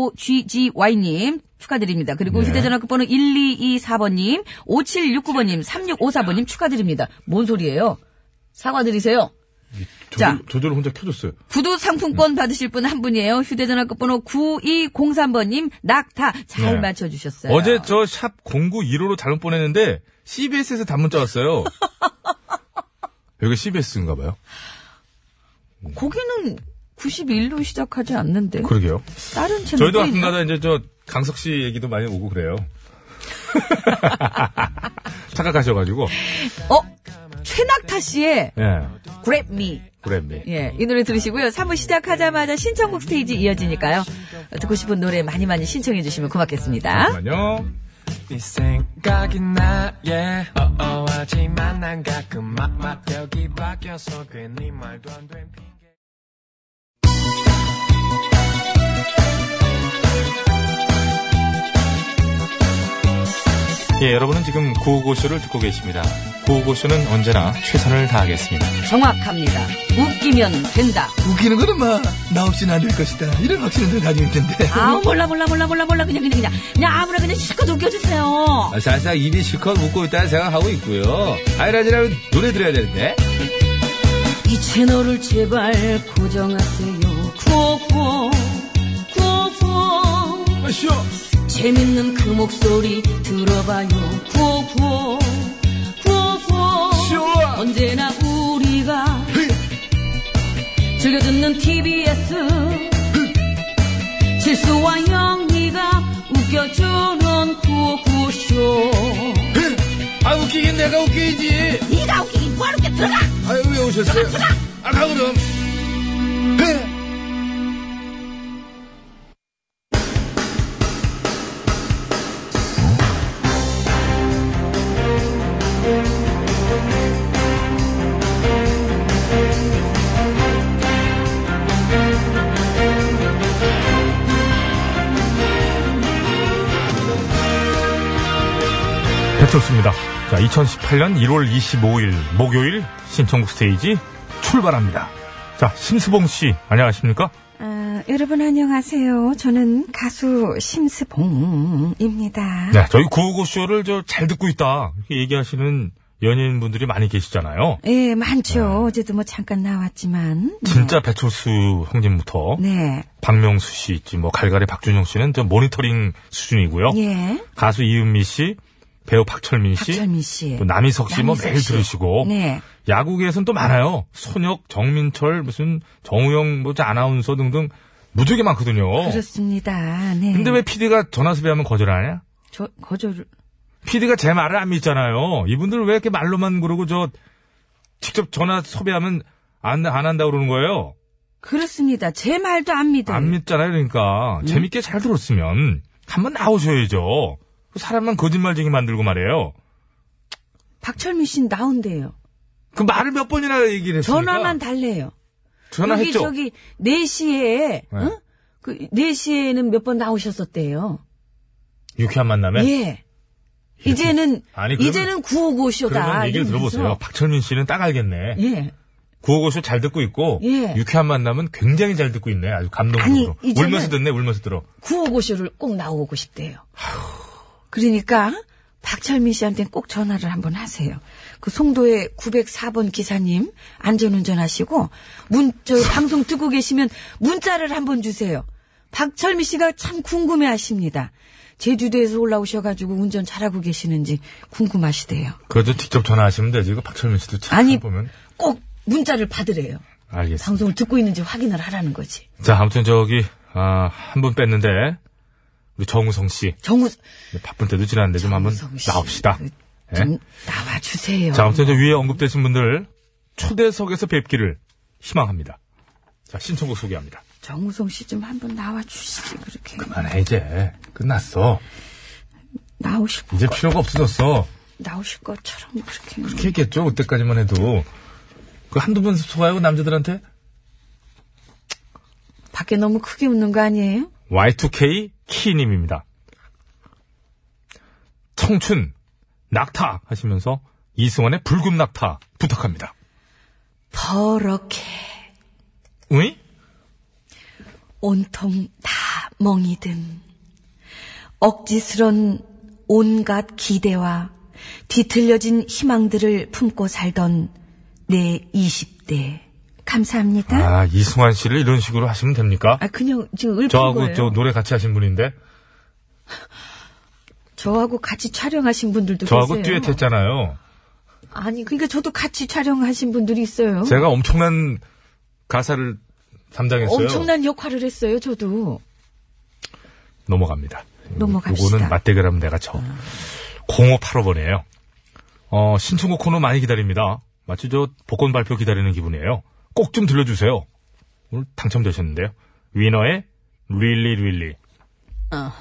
BOKSILDOGGY님, 축하드립니다. 그리고 네. 휴대전화 끝번호 1224번님, 5769번님, 3654번님 축하드립니다. 뭔 소리예요? 사과드리세요. 저도, 자. 저절로 혼자 켜줬어요. 구두 상품권 받으실 분 한 분이에요. 휴대전화 끝번호 9203번님, 낙타. 잘 네. 맞춰주셨어요. 어제 저 샵 0915로 잘못 보냈는데, CBS에서 단문자 [LAUGHS] 왔어요. 여기 CBS인가 봐요. 고기는 91로 시작하지 않는데. 그러게요. 다른 저희도 채널 또 있나? 가끔가다 이제 저 강석 씨 얘기도 많이 오고 그래요. [LAUGHS] 착각하셔가지고. 어? 최낙타 씨의 예. Grab Me. 그랬네. 예, 이 노래 들으시고요. 3부 시작하자마자 신청곡 스테이지 이어지니까요. 듣고 싶은 노래 많이 많이 신청해 주시면 고맙겠습니다. 잠깐만요. 네 생각이 나, yeah. 어, 어, 하지만 난 가끔 막막벽이 바뀌어서 괜히 말도 안 되는 핑계. 예, 여러분은 지금 구호고쇼를 듣고 계십니다. 구호고쇼는 언제나 최선을 다하겠습니다. 정확합니다. 웃기면 된다. 웃기는 거는 마나 없이는 안 될 것이다 이런 확신을 가지고 있던데 [LAUGHS] 음. 아우, 몰라, 몰라, 몰라, 몰라, 몰라. 그냥, 그냥, 그냥. 그냥 아무나 그냥 실컷 웃겨주세요. 사실상 입이 아, 실컷 웃고 있다는 생각하고 있고요 아이라지라면 노래 들어야 되는데 이 채널을 제발 고정하세요. 구호구호, 구호구호. 재밌는 그 목소리 들어봐요. 구호구호, 구호구호. 언제나 우리가 즐겨듣는 TBS. 실수와 영리가 웃겨주는 구호구쇼. 아 웃기긴 내가 웃기지 네가 웃기긴 뭐하러 웃겨 들어가! 아유 왜 오셨어요 아 가, 그럼 네. 배철수입니다. 자, 2018년 1월 25일 목요일 신청국 스테이지 출발합니다. 자, 심수봉 씨, 안녕하십니까? 아, 여러분 안녕하세요. 저는 가수 심스봉입니다. 네, 저희 구호고쇼를 저 잘 듣고 있다. 이렇게 얘기하시는 연예인분들이 많이 계시잖아요. 예, 많죠. 어제도 뭐 잠깐 나왔지만. 네. 네. 진짜 배철수 형님부터 네. 박명수 씨 있지, 뭐 갈갈이 박준영 씨는 저 모니터링 수준이고요. 예. 가수 이은미 씨, 배우 박철민 씨, 박철민 씨. 또 남희석 씨 뭐 남희석 매일 씨. 들으시고 네. 야구계에서는 또 많아요. 손혁, 정민철, 무슨 정우영, 뭐 아나운서 등등 무지하게 많거든요. 그렇습니다. 네. 어. 근데 왜 PD가 전화 섭외하면 거절하냐? 저, 거절을. PD가 제 말을 안 믿잖아요. 이분들 왜 이렇게 말로만 그러고 저 직접 전화 섭외하면 안, 안 한다고 그러는 거예요? 그렇습니다. 제 말도 안 믿어요. 음. 안 믿잖아요. 그러니까 재밌게 잘 들었으면 한번 나오셔야죠. 사람만 거짓말쟁이 만들고 말이에요. 박철민 씨는 나온대요. 그 말을 몇 번이나 얘기를 했습니까? 전화만 달래요. 여기 전화했죠. 저기 4시에 네. 응? 그 4시에는 몇 번 나오셨었대요. 유쾌한 만남에. 예. 이제는 네. 아니, 그러면- 이제는 955쇼다. 그러면 얘기를 들어보세요. 박철민 씨는 딱 알겠네. 예. 구호고쇼 잘 듣고 있고 예. 유쾌한 만남은 굉장히 잘 듣고 있네. 아주 감동적으로. 아니, 이제는- 울면서 듣네. 울면서 들어. 955쇼를 꼭 나오고 싶대요. 그러니까 박철민 씨한테 꼭 전화를 한번 하세요. 그 송도의 904번 기사님 안전운전 하시고 문 저 방송 듣고 계시면 문자를 한번 주세요. 박철민 씨가 참 궁금해 하십니다. 제주도에서 올라오셔 가지고 운전 잘하고 계시는지 궁금하시대요. 그저 직접 전화하시면 되지. 이거 박철민 씨도 참 아니. 보면 꼭 문자를 받으래요. 알겠습니다. 방송을 듣고 있는지 확인을 하라는 거지. 자, 아무튼 저기 아, 한 분 뺐는데 우리 정우성 씨 네, 정우 바쁜 때도 지났는데 좀 한번 정우성 씨. 나옵시다. 예? 좀 나와 주세요. 자, 아무튼 저 위에 언급되신 분들 초대석에서 뵙기를 희망합니다. 자, 신청곡 소개합니다. 정우성 씨 좀 한번 나와 주시지 그렇게 그만해 아, 네, 이제 끝났어. 나오실 거 이제 필요가 없어졌어. 나오실 것처럼 그렇게 그렇게 했겠죠. 그때까지만 해도 그 한두 번 속아요 남자들한테. 밖에 너무 크게 웃는 거 아니에요? Y2K 키님입니다. 청춘 낙타 하시면서 이승환의 붉은 낙타 부탁합니다. 더럽게 으이? 온통 다 멍이 든 억지스런 온갖 기대와 뒤틀려진 희망들을 품고 살던 내 20대 감사합니다. 아 이승환 씨를 이런 식으로 하시면 됩니까? 아 그냥 지금 읊은 저하고 거예요. 저 노래 같이 하신 분인데 저하고 같이 촬영하신 분들도 저하고 계세요. 듀엣했잖아요. 아니 그러니까 저도 같이 촬영하신 분들이 있어요. 제가 엄청난 가사를 담당했어요. 엄청난 역할을 했어요, 저도. 넘어갑니다. 넘어갑시다. 요거는 맞대결하면 내가 쳐. 0585번이에요. 어, 신청곡 코너 많이 기다립니다. 마치 저 복권 발표 기다리는 기분이에요. 꼭 좀 들려주세요. 오늘 당첨되셨는데요. 위너의 릴리 릴리. 어.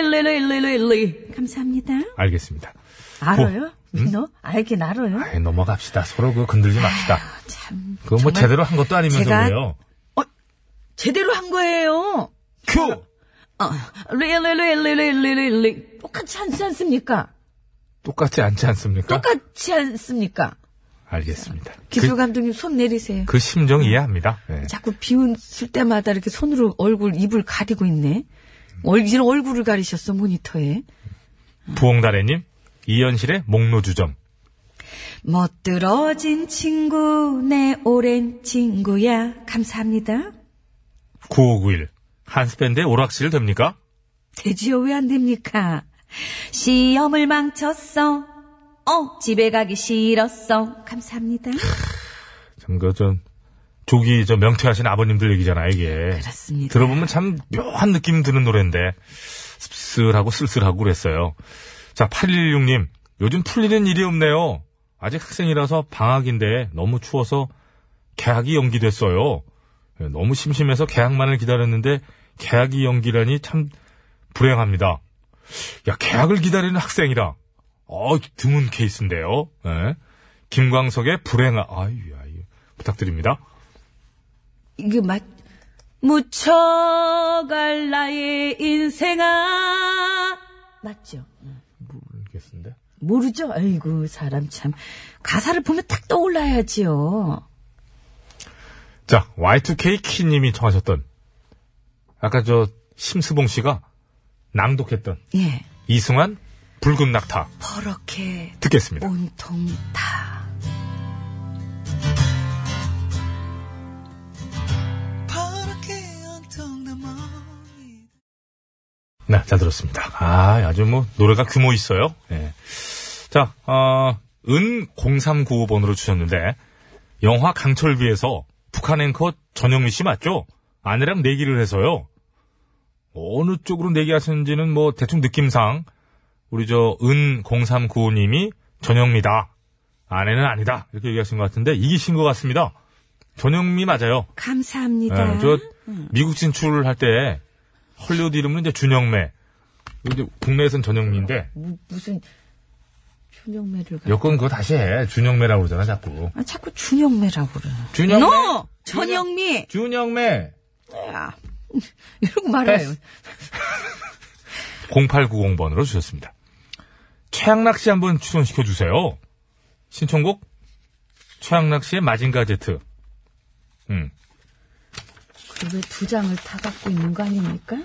릴리릴리릴리릴리. 감사합니다. 알겠습니다. 알아요? 민호? 알긴 알아요? 아이, 넘어갑시다. 서로 그 건들지 맙시다. 참. 그거 뭐 아, 정말 제대로 한 것도 아니면서 제가- 그래요. 제대로 한 거예요. 그 큐! 어, 릴리릴리릴리릴리. 똑같이 하지 않습니까? 똑같지 않지 않습니까? 똑같이 않습니까? 알겠습니다. 기술 그, 감독님 손 내리세요. 그 심정 이해합니다. 네. 자꾸 비웃을 때마다 이렇게 손으로 얼굴, 입을 가리고 있네. 얼, 이런 얼굴을 가리셨어, 모니터에. 부엉다래님, 이현실의 목로주점. 멋들어진 친구, 내 오랜 친구야. 감사합니다. 9591. 한스밴드의 오락실 됩니까? 되지요, 왜 안 됩니까? 시험을 망쳤어. 어, 집에 가기 싫었어. 감사합니다. 참, 그, 전, 조기, 저, 명퇴하신 아버님들 얘기잖아, 이게. 그렇습니다. 들어보면 참 묘한 느낌 드는 노래인데, 씁쓸하고 쓸쓸하고 그랬어요. 자, 8116님, 요즘 풀리는 일이 없네요. 아직 학생이라서 방학인데 너무 추워서 개학이 연기됐어요. 예, 너무 심심해서 개학만을 기다렸는데, 개학이 연기라니 참 불행합니다. 야, 개학을 기다리는 학생이라. 어, 드문 케이스인데요. 예. 김광석의 불행아, 아유, 아유, 부탁드립니다. 이게 맞, 묻혀갈 나의 인생아. 맞죠? 모르겠는데. 모르죠? 아이고, 사람 참. 가사를 보면 딱 떠올라야지요. 자, Y2K 키님이 청하셨던, 아까 저, 심수봉 씨가 낭독했던 예. 이승환 붉은 낙타 버럭해. 듣겠습니다. 온통 다. 파랗게 온통 내 멍이 네, 잘 들었습니다. 아, 아주 뭐, 노래가 규모 있어요. 예. 자, 어, 은0395번으로 주셨는데, 영화 강철비에서 북한 앵커 전영미 씨 맞죠? 아내랑 내기를 해서요. 어느 쪽으로 내기하셨는지는 뭐, 대충 느낌상, 우리 저, 은0395님이 전영미다. 아내는 아니다. 이렇게 얘기하신 것 같은데, 이기신 것 같습니다. 전영미 맞아요. 감사합니다. 음. 예, 저 미국 진출할 때 헐리우드 이름은 이제 준영매, 근데 국내에선 전영미인데 무, 무슨 준영매를 가. 여권 그거 다시 해. 준영매라고 그러잖아 자꾸. 아, 자꾸 준영매라고 그래. 준영매. 너 전영미 준영매. 야, 이러고 말아요. 네. 0890번으로 주셨습니다. 최양락 씨 한번 출연시켜 주세요. 신청곡 최양락 씨의 마징가 제트. 음. 그왜 두 장을 다 갖고 있는 거 아닙니까?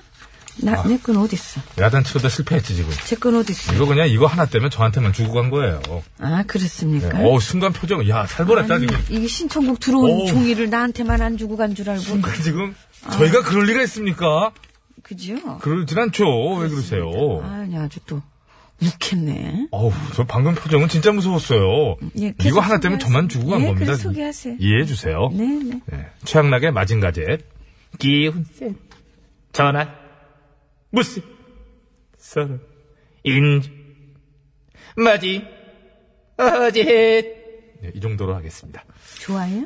나, 내 건 어딨어? 야단 치고다 실패했지 지금. 제 건 어딨어? 이거 그냥 이거 하나 때문에 저한테만 주고 간 거예요. 아, 그렇습니까? 어 순간 표정 야 살벌했다 아니, 지금. [LAUGHS] 이게 신청곡 들어온 어우. 음. 종이를 나한테만 안 주고 간 줄 알고. 순간 지금 저희가 그럴 리가 있습니까? 그죠? 그러진 않죠. 왜 그러세요? 아니, 아주 또, 묵혔네. 어우 저 방금 표정은 진짜 무서웠어요. 예, 이거 계속 하나 때문에 소개하세요. 저만 주고 간 예, 겁니다. 그래서 소개하세요. 이해해 주세요. 네네. 네. 최양락의 마징가젯. 기운 센. 전화. 무슨. 서로. 인주. 마지. 어제. 네, 이 정도로 하겠습니다. 좋아요?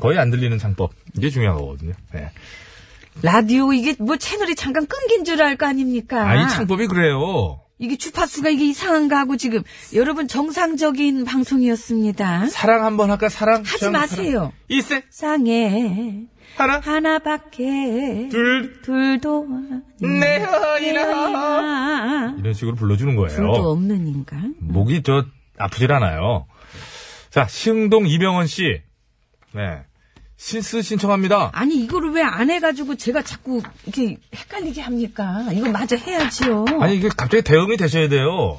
거의 안 들리는 창법. 이게 중요한 거거든요. 네. 라디오 이게 뭐 채널이 잠깐 끊긴 줄 알 거 아닙니까? 아, 이 창법이 그래요. 이게 주파수가 이게 이상한가 하고 지금 여러분 정상적인 방송이었습니다. 사랑 한번 할까, 사랑? 하지 시험 사랑. 마세요. 이세, 상에 하나, 하나밖에 둘, 둘도 네, 네, 내 허이라. 아니라 이런 식으로 불러주는 거예요. 둘도 없는 인간. 목이 저 아프질 않아요. 자, 시흥동 이병헌 씨. 네. 신스 신청합니다. 아니 이거를 왜 안 해가지고 제가 자꾸 이렇게 헷갈리게 합니까? 이거 마저 해야지요. 아니, 이게 갑자기 대응이 되셔야 돼요.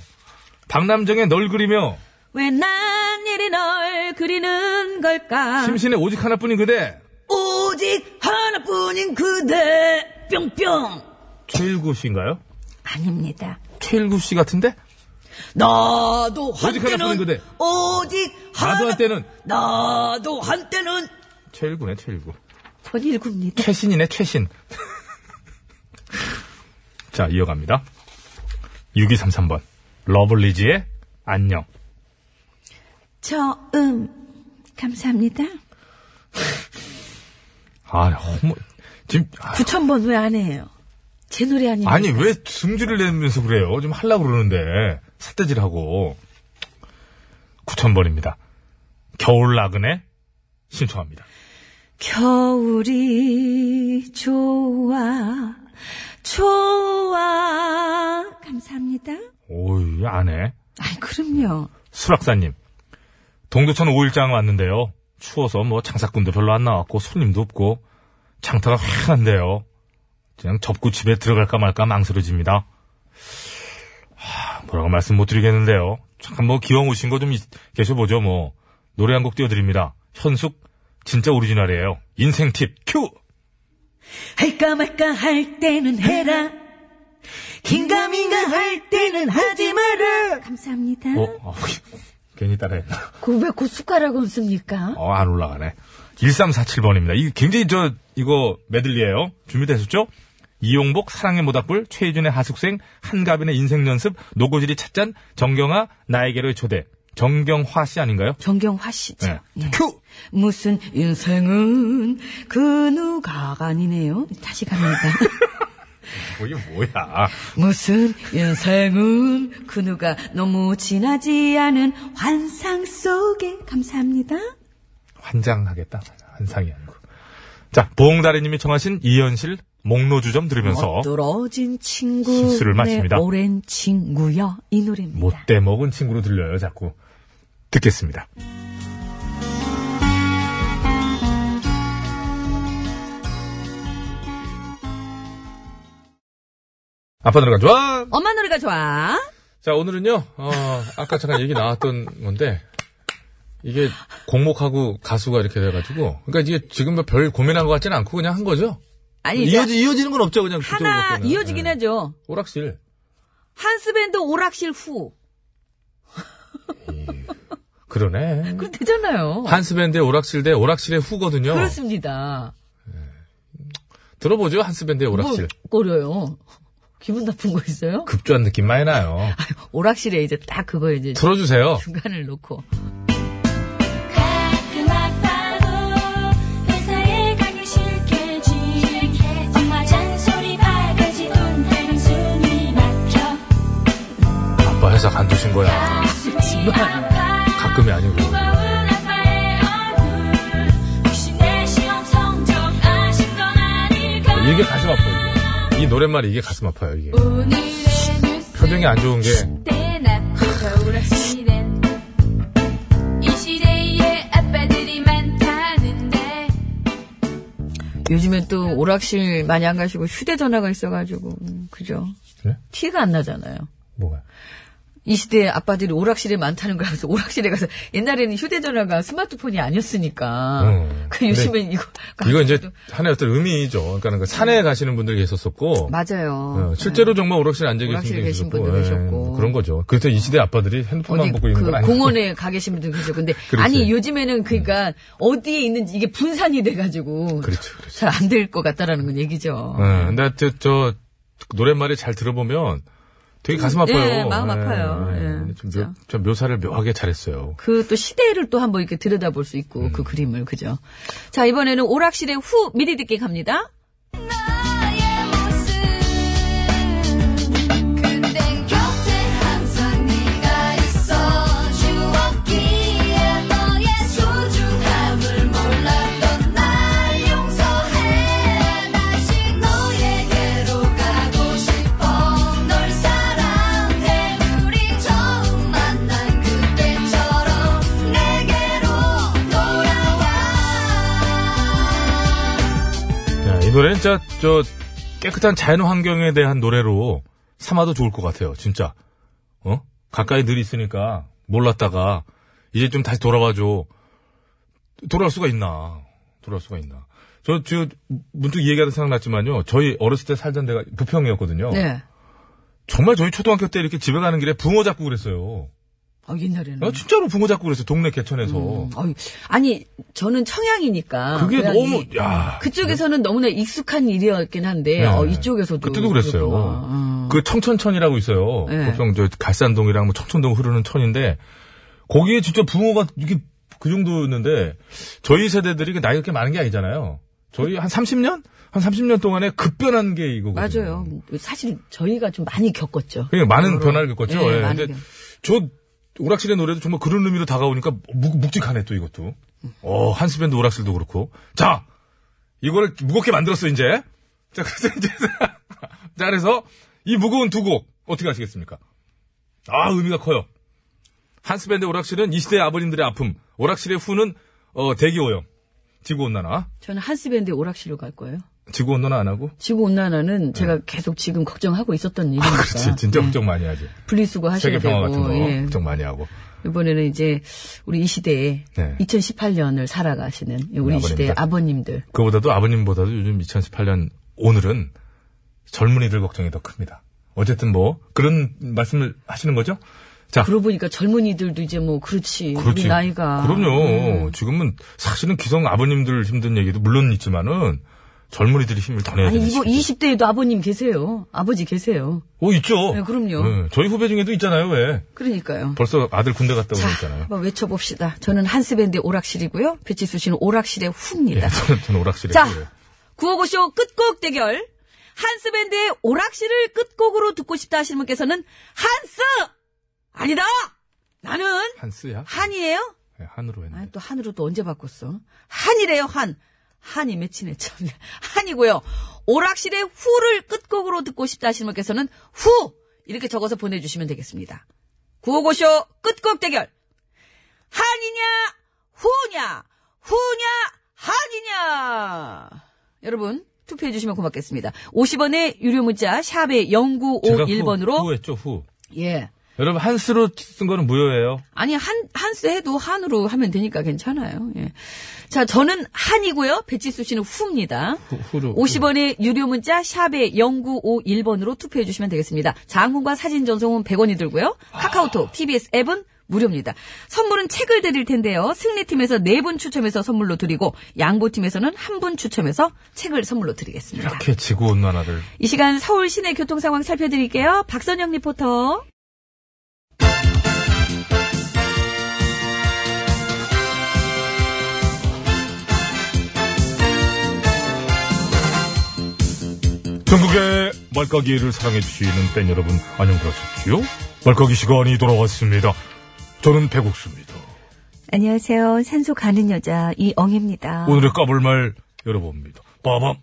박남정의 널 그리며 왜 난 이리 널 그리는 걸까? 심신의 오직 하나뿐인 그대 오직 하나뿐인 그대 뿅뿅 최일구 씨인가요? 아닙니다. 최일구 씨 같은데? 나도 오직 하나뿐인 한때는 그대. 오직 아, 나도 하나 한때는 나도 한때는 최일구네, 최일구. 전 일구입니다. 최신이네, 최신. [LAUGHS] 자, 이어갑니다. 6233번. 러블리즈의 안녕. 저음 감사합니다. 아, 허무, 지금, 아, 9,000번 왜 안 해요? 제 노래 아닙니까? 아니, 왜 승질을 내면서 그래요? 좀 하려고 그러는데. 삿대질하고. 9000번입니다. 겨울 나그네 신청합니다. 겨울이 좋아 좋아 감사합니다. 오이, 안 해. 아이 그럼요. 수락사님. 동두천 5일장 왔는데요. 추워서 뭐 장사꾼도 별로 안 나왔고 손님도 없고 장터가 휑한데요. 그냥 접고 집에 들어갈까 말까 망설여집니다. 하, 뭐라고 말씀 못 드리겠는데요. 잠깐 뭐 기왕 오신 거 좀 계셔보죠 뭐. 노래 한 곡 띄워드립니다. 현숙 진짜 오리지널이에요. 인생 팁 큐! 할까 말까 할 때는 해라 긴가민가 할 때는 하지 마라 감사합니다. 어, 어, [LAUGHS] 괜히 따라했나. 그왜그 숟가락은 씁니까? 어, 안 올라가네. 1347번입니다. 이 굉장히 저, 이거 메들리예요 준비되셨죠? 이용복, 사랑의 모닥불, 최희준의 하숙생, 한가빈의 인생 연습, 노고질이 찻잔, 정경아, 나에게로의 초대. 정경화 씨 아닌가요? 정경화 씨죠. 네. 예. 큐! 무슨 인생은 그 누가가 아니네요. 다시 갑니다. [LAUGHS] 어, 이게 뭐야. 무슨 인생은 그 누가 너무 진하지 않은 환상 속에 감사합니다. 환장하겠다. 환상이 아니고. 자, 보홍다리님이 청하신 이현실 목노주점 들으면서 멋들어진 친구 실수를 마칩니다. 내 오랜 친구여 이 노래입니다. 못돼 먹은 친구로 들려요, 자꾸. 듣겠습니다. 아빠 노래가 좋아! 엄마 노래가 좋아 자, 오늘은요, 어, 아까 잠깐 얘기 나왔던 건데, 이게 공목하고 가수가 이렇게 돼가지고, 그러니까 이게 지금 뭐별 고민한 것 같지는 않고 그냥 한 거죠? 아니 이제 이어지, 이어지는 건 없죠, 그냥. 그쪽으로 하나 바뀌는. 이어지긴 예. 하죠 오락실. 한스밴드 오락실 후 그러네. 그럼 되잖아요 한스밴드의 오락실 대 오락실의 후거든요. 그렇습니다 들어보죠, 한스밴드의 오락실. 뭐 꺼려요 기분 나쁜 거 있어요? 급조한 느낌 많이 나요. 아, 오락실에 이제 딱 그거 이제 틀어주세요. 중간을 놓고 가끔 아빠도 회사에 가기 싫겠지 엄마 잔소리 바가지 돈 때는 숨이 막혀 회사 간두신 거야. 가끔이 아니고. 고마운 아빠의 얼굴 혹시 내 시험 성적 아신 건 아닐까 이게 가슴 아파요. 이게. 이 노랫말이 이게 가슴 아파요. 이게 오늘의 뉴스 표정이 안 좋은 게 이 때 낮고 겨울의 시댄 이 시대의 아빠들이 많다는데 요즘엔 또 오락실 많이 안 가시고 휴대전화가 있어가지고 음, 그죠? 그래? 티가 안 나잖아요. 뭐가? 이 시대에 아빠들이 오락실에 많다는 걸 하면서 오락실에 가서 옛날에는 휴대전화가 스마트폰이 아니었으니까 음. [LAUGHS] 그 요즘엔 이거 이거 이제 하나의 어떤 의미죠. 그러니까 그 산에 가시는 분들 계셨었고. 맞아요. 네. 어, 실제로 정말 오락실에 앉아 계신 오락실에 분들 계신 계셨고, 분들 예, 계셨고. 그런 거죠. 그래서 이 시대 아빠들이 어디 핸드폰만 보고 있는 그 건 아니고 공원에 가 계신 분들 계시고 근데 그렇지. 음. 아니 요즘에는 그러니까 어디에 있는지 이게 분산이 돼가지고 그렇죠, 그렇죠. 잘 안 될 것 같다라는 건 얘기죠. 예, 근데 저, 저 노랫말이 잘 들어보면 되게 가슴 아파요. 예, 마음 아파요. 예, 좀 진짜. 묘, 좀 묘사를 묘하게 잘했어요. 그 또 시대를 또 한번 이렇게 들여다볼 수 있고 음. 그 그림을 그죠. 자 이번에는 오락실의 후 미리 듣기 갑니다. 나의 모습 근데 곁에 항상 네가 있어 주었기에 너의 소중함을 몰랐던 날 용서해 다시 너에게로 가고 싶어 널 사랑해 우리 처음 만난 그때처럼 내게로 돌아와 야, 이 노래는 진짜 저 깨끗한 자연 환경에 대한 노래로 삼아도 좋을 것 같아요. 진짜. 어? 가까이 늘 있으니까 몰랐다가 이제 좀 다시 돌아와줘. 돌아올 수가 있나? 돌아올 수가 있나? 저, 저, 문득 이 얘기하다 생각났지만요. 저희 어렸을 때 살던 데가 부평이었거든요. 네. 정말 저희 초등학교 때 이렇게 집에 가는 길에 붕어 잡고 그랬어요. 어, 옛날에는. 음, 아, 진짜로 붕어 잡고 그랬어요. 동네 개천에서. 어이, 아니 저는 청양이니까 그게 아, 고향이 너무, 야. 그쪽에서는 너무나 익숙한 일이었긴 한데 네. 어, 이쪽에서도 그때도 그랬어요. 그렇구나. 어. 그 청천천이라고 있어요. 네. 보통 저 갈산동이랑 뭐 청천동 흐르는 천인데 거기에 진짜 붕어가 이게 그 정도였는데 저희 세대들이 그 나이가 그렇게 많은 게 아니잖아요. 저희 한 30년? 한 30년 동안에 급변한 게 이거거든요. 맞아요. 뭐 사실 저희가 좀 많이 겪었죠. 그게 그러니까 많은 변화를 겪었죠. 예, 예, 많은 근데 변- 저 오락실의 노래도 정말 그런 의미로 다가오니까 묵, 묵직하네 또 이것도. 어, 한스밴드 오락실도 그렇고. 자, 이거를 무겁게 만들었어 이제. 자, 그래서 [LAUGHS] 이제 자, 그래서 이 무거운 두 곡 어떻게 하시겠습니까? 아, 의미가 커요. 한스밴드 오락실은 이 시대의 아버님들의 아픔, 오락실의 후는 어, 대기 오염, 지구 온난화. 저는 한스밴드 오락실로 갈 거예요. 지구 온난화 안 하고? 지구 온난화는 제가 계속 지금 걱정하고 있었던 일이니까. 네. 아, 네. 그렇지, 진짜 걱정 많이 하지. 분리수거 하셔야 세계 되고. 평화 같은 거 예. 걱정 많이 하고. 이번에는 이제 우리 이 시대에 네. 2018년을 살아가시는 예, 우리 우리 이 시대의 아버님들. 아버님들. 그보다도 아버님보다도 요즘 2018년 오늘은 젊은이들 걱정이 더 큽니다. 어쨌든 뭐 그런 말씀을 하시는 거죠? 자, 그러고 보니까 젊은이들도 이제 뭐 그렇지. 우리 나이가. 음. 그럼요. 지금은 사실은 기성 아버님들 힘든 얘기도 물론 있지만은 젊은이들이 힘을 더 내야 아니 되는 이거 시기죠. 20대에도 아버님 계세요. 아버지 계세요. 어, 있죠. 네, 그럼요. 예, 저희 후배 중에도 있잖아요. 왜 그러니까요. 벌써 아들 군대 갔다 오고 자, 있잖아요. 한번 외쳐봅시다. 저는 한스밴드 오락실이고요. 배치수 씨는 오락실의 후입니다. 예, 저는, 저는 오락실에 자, 그래요. 구호고쇼 끝곡 대결. 한스밴드의 오락실을 끝곡으로 듣고 싶다 하시는 분께서는 한스! 아니다! 나는 한스야? 한이에요? 예, 한으로 했네. 아니, 또 한으로 또 언제 바꿨어? 한이래요, 한. 한이 맺히네, 참. [LAUGHS] 한이고요. 오락실의 후를 끝곡으로 듣고 싶다 하시는 분께서는 후! 이렇게 적어서 보내주시면 되겠습니다. 구호고쇼 끝곡 대결. 한이냐, 후냐, 후냐, 한이냐. 여러분, 투표해주시면 고맙겠습니다. 50원의 유료 문자, 샵의 제가 후- 0951번으로. 후했죠 후. 예. 여러분 한스로 쓴 거는 무효예요. 아니 한 한스 해도 한으로 하면 되니까 괜찮아요. 예. 자, 저는 한이고요. 배치수 씨는 후입니다. 후, 후로. 50원의 유료 문자 샵에 0951번으로 투표해 주시면 되겠습니다. 장문과 사진 전송은 100원이 들고요. 카카오톡, TBS 앱은 무료입니다. 선물은 책을 드릴 텐데요. 승리팀에서 4분 추첨해서 선물로 드리고 양보팀에서는 1분 추첨해서 책을 선물로 드리겠습니다. 이렇게 지구 온난화를 이 시간 서울 시내 교통 상황 살펴드릴게요. 박선영 리포터. 전국의 말까기를 사랑해주시는 팬 여러분, 안녕 그러셨지요? 말까기 시간이 돌아왔습니다. 저는 배국수입니다. 안녕하세요. 산소 가는 여자 이엉입니다. 오늘의 까불말 열어봅니다. 빠밤.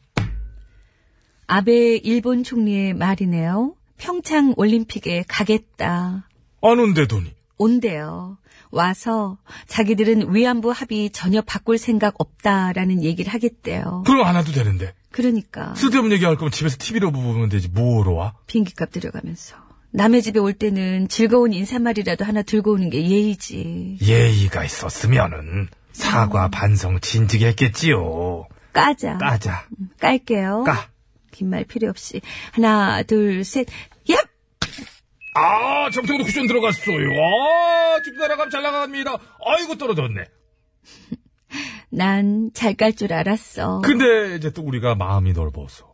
아베 일본 총리의 말이네요. 평창 올림픽에 가겠다. 안 온대더니. 온대요. 와서 자기들은 위안부 합의 전혀 바꿀 생각 없다라는 얘기를 하겠대요. 그럼 안 와도 되는데. 그러니까 쓸데없는 얘기할 거면 집에서 TV로 보면 되지. 뭐로 와? 비행기값 들여가면서 남의 집에 올 때는 즐거운 인사말이라도 하나 들고 오는 게 예의지. 예의가 있었으면은 사과 반성 진지게 했겠지요. 까자. 까자. 깔게요. 까. 긴 말 필요 없이 하나 둘 셋. 얍! 아, 정통도 쿠션 들어갔어요. 아, 집 날아가면 잘 나갑니다. 아이고, 떨어졌네. 난 잘 깔 줄 알았어. 근데 이제 또 우리가 마음이 넓어서.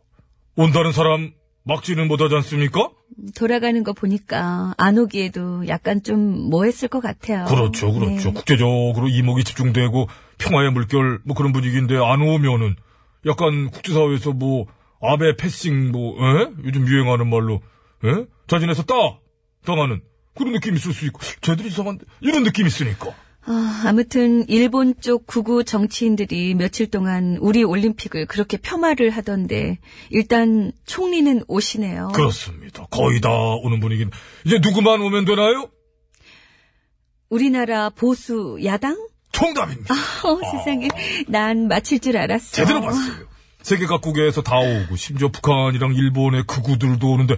온다는 사람 막지는 못하지 않습니까? 돌아가는 거 보니까 안 오기에도 약간 좀 뭐했을 것 같아요. 그렇죠, 그렇죠. 네. 국제적으로 이목이 집중되고 평화의 물결 뭐 그런 분위기인데 안 오면은 약간 국제사회에서 뭐 아베 패싱 뭐 에? 요즘 유행하는 말로 에? 자진해서 따 당하는 그런 느낌 있을 수 있고 쟤들이 이상한데 이런 느낌 있으니까 아, 아무튼 일본 쪽 구구 정치인들이 며칠 동안 우리 올림픽을 그렇게 폄하를 하던데 일단 총리는 오시네요. 그렇습니다. 거의 다 오는 분위기 이제 누구만 오면 되나요? 우리나라 보수 야당? [LAUGHS] 정답입니다. 어, 세상에 난 맞힐 줄 알았어. 아. 제대로 봤어요. 세계 각국에서 다 오고 심지어 북한이랑 일본의 극우들도 오는데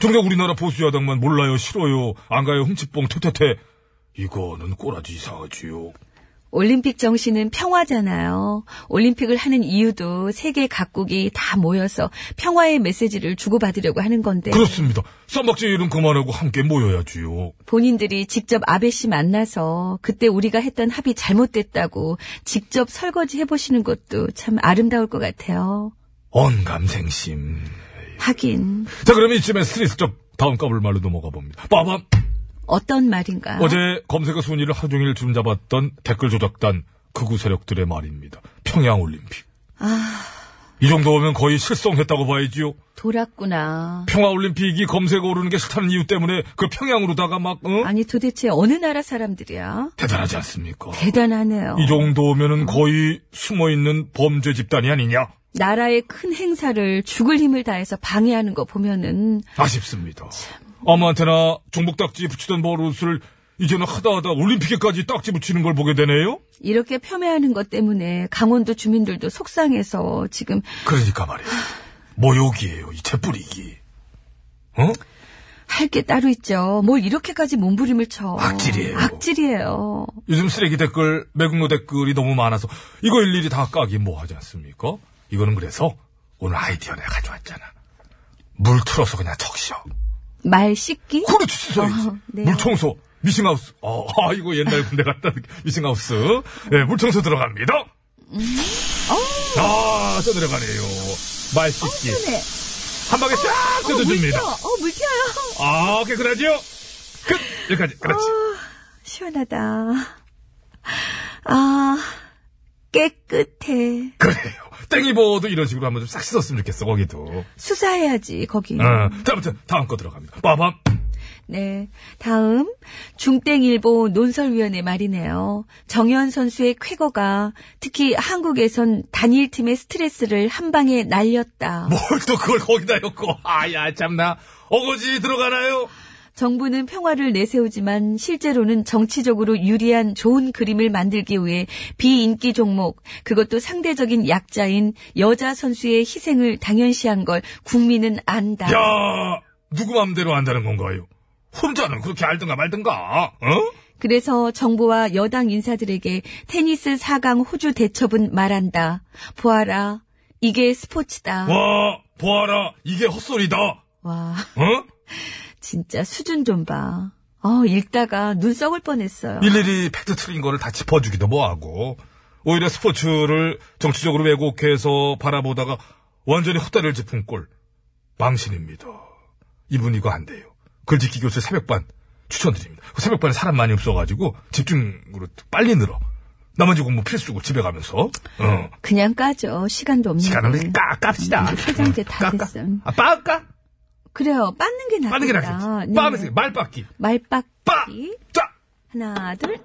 정작 우리나라 보수 야당만 몰라요, 싫어요, 안 가요, 훔치뽕, 퇴퇴퇴. 이거는 꼬라지 이상하지요. 올림픽 정신은 평화잖아요. 올림픽을 하는 이유도 세계 각국이 다 모여서 평화의 메시지를 주고받으려고 하는 건데 그렇습니다. 쌈박지 일은 그만하고 함께 모여야지요. 본인들이 직접 아베 씨 만나서 그때 우리가 했던 합의 잘못됐다고 직접 설거지 해보시는 것도 참 아름다울 것 같아요. 언감생심. 하긴 자, 그러면 이쯤에 슬슬쩍 다음 까불 말로 넘어가 봅니다. 빠밤! 어떤 말인가. 어제 검색어 순위를 하루 종일 주름잡았던 댓글 조작단 극우 세력들의 말입니다. 평양올림픽. 이 정도면 거의 실성했다고 봐야지요. 돌았구나. 평화올림픽이 검색어 오르는 게 싫다는 이유 때문에 그 평양으로다가 막 어? 아니 도대체 어느 나라 사람들이야? 대단하지 않습니까? 대단하네요. 이 정도면은 거의 숨어있는 범죄 집단이 아니냐? 나라의 큰 행사를 죽을 힘을 다해서 방해하는 거 보면은 아쉽습니다. 아무한테나 종북딱지 붙이던 버릇을 이제는 하다하다 올림픽에까지 딱지 붙이는 걸 보게 되네요? 이렇게 폄훼하는 것 때문에 강원도 주민들도 속상해서 지금 그러니까 말이에요. 모욕이에요, 이 재뿌리기. 어? 할 게 따로 있죠. 뭘 이렇게까지 몸부림을 쳐. 악질이에요. 악질이에요. 요즘 쓰레기 댓글, 매국노 댓글이 너무 많아서 이거 일일이 다 까기 뭐 하지 않습니까? 이거는 그래서 오늘 아이디어 내가 가져왔잖아. 물 틀어서 그냥 적셔. 말 씻기? 그렇지, 씻어야지. 어, 네. 물 청소, 미싱하우스. 어, 아, 이거 옛날 군대 갔다, 미싱하우스. 예, 물 청소 들어갑니다. 음. 아, 떠들어가네요. 말 씻기. 시원해. 한 방에 쫙 어, 뜯어줍니다. 어, 물 튀어요. 아, 오케이, 그러지요? 끝! 여기까지, 그렇지. 시원하다. 아, 깨끗해. 그래요. 땡이보도 이런 식으로 한번 좀 싹 씻었으면 좋겠어, 거기도. 수사해야지, 네. 거기. 어, 자, 아무튼 다음 거 들어갑니다. 빠밤. 네. 다음, 중땡일보 논설위원회 말이네요. 정현 선수의 쾌거가 특히 한국에선 단일팀의 스트레스를 한 방에 날렸다. 뭐? 뭘 또 그걸 거기다 엮고. 아, 야, 참나. 어거지 들어가나요? 정부는 평화를 내세우지만 실제로는 정치적으로 유리한 좋은 그림을 만들기 위해 비인기 종목, 그것도 상대적인 약자인 여자 선수의 희생을 당연시한 걸 국민은 안다. 야, 누구 맘대로 한다는 건가요? 혼자는 그렇게 알든가 말든가, 어? 그래서 정부와 여당 인사들에게 테니스 4강 호주 대첩은 말한다. 보아라. 이게 스포츠다. 뭐? 와, 어, 보아라, 이게 헛소리다, 어? 와, [LAUGHS] 진짜 수준 좀 봐. 어, 읽다가 눈 썩을 뻔했어요. 일일이 팩트 틀린 거를 다 짚어주기도 뭐하고, 오히려 스포츠를 정치적으로 왜곡해서 바라보다가 완전히 헛다리를 짚은 꼴. 망신입니다. 이분 이거 안 돼요. 글짓기 교수 새벽반 추천드립니다. 그 새벽반에 사람 많이 없어가지고 집중으로 빨리 늘어. 나머지 공부 필수고 집에 가면서. 어. 그냥 까죠. 시간도 없는데. 시간을 까, 깝시다. 네. 세장제 다 까, 까. 됐음. 아, 빠, 까? 그래요. 빻는 게 낫겠다. 빠는 게 낫겠지. 아, 네. 빠면서 말빠기. 말박. 빠! 짜! 하나, 둘.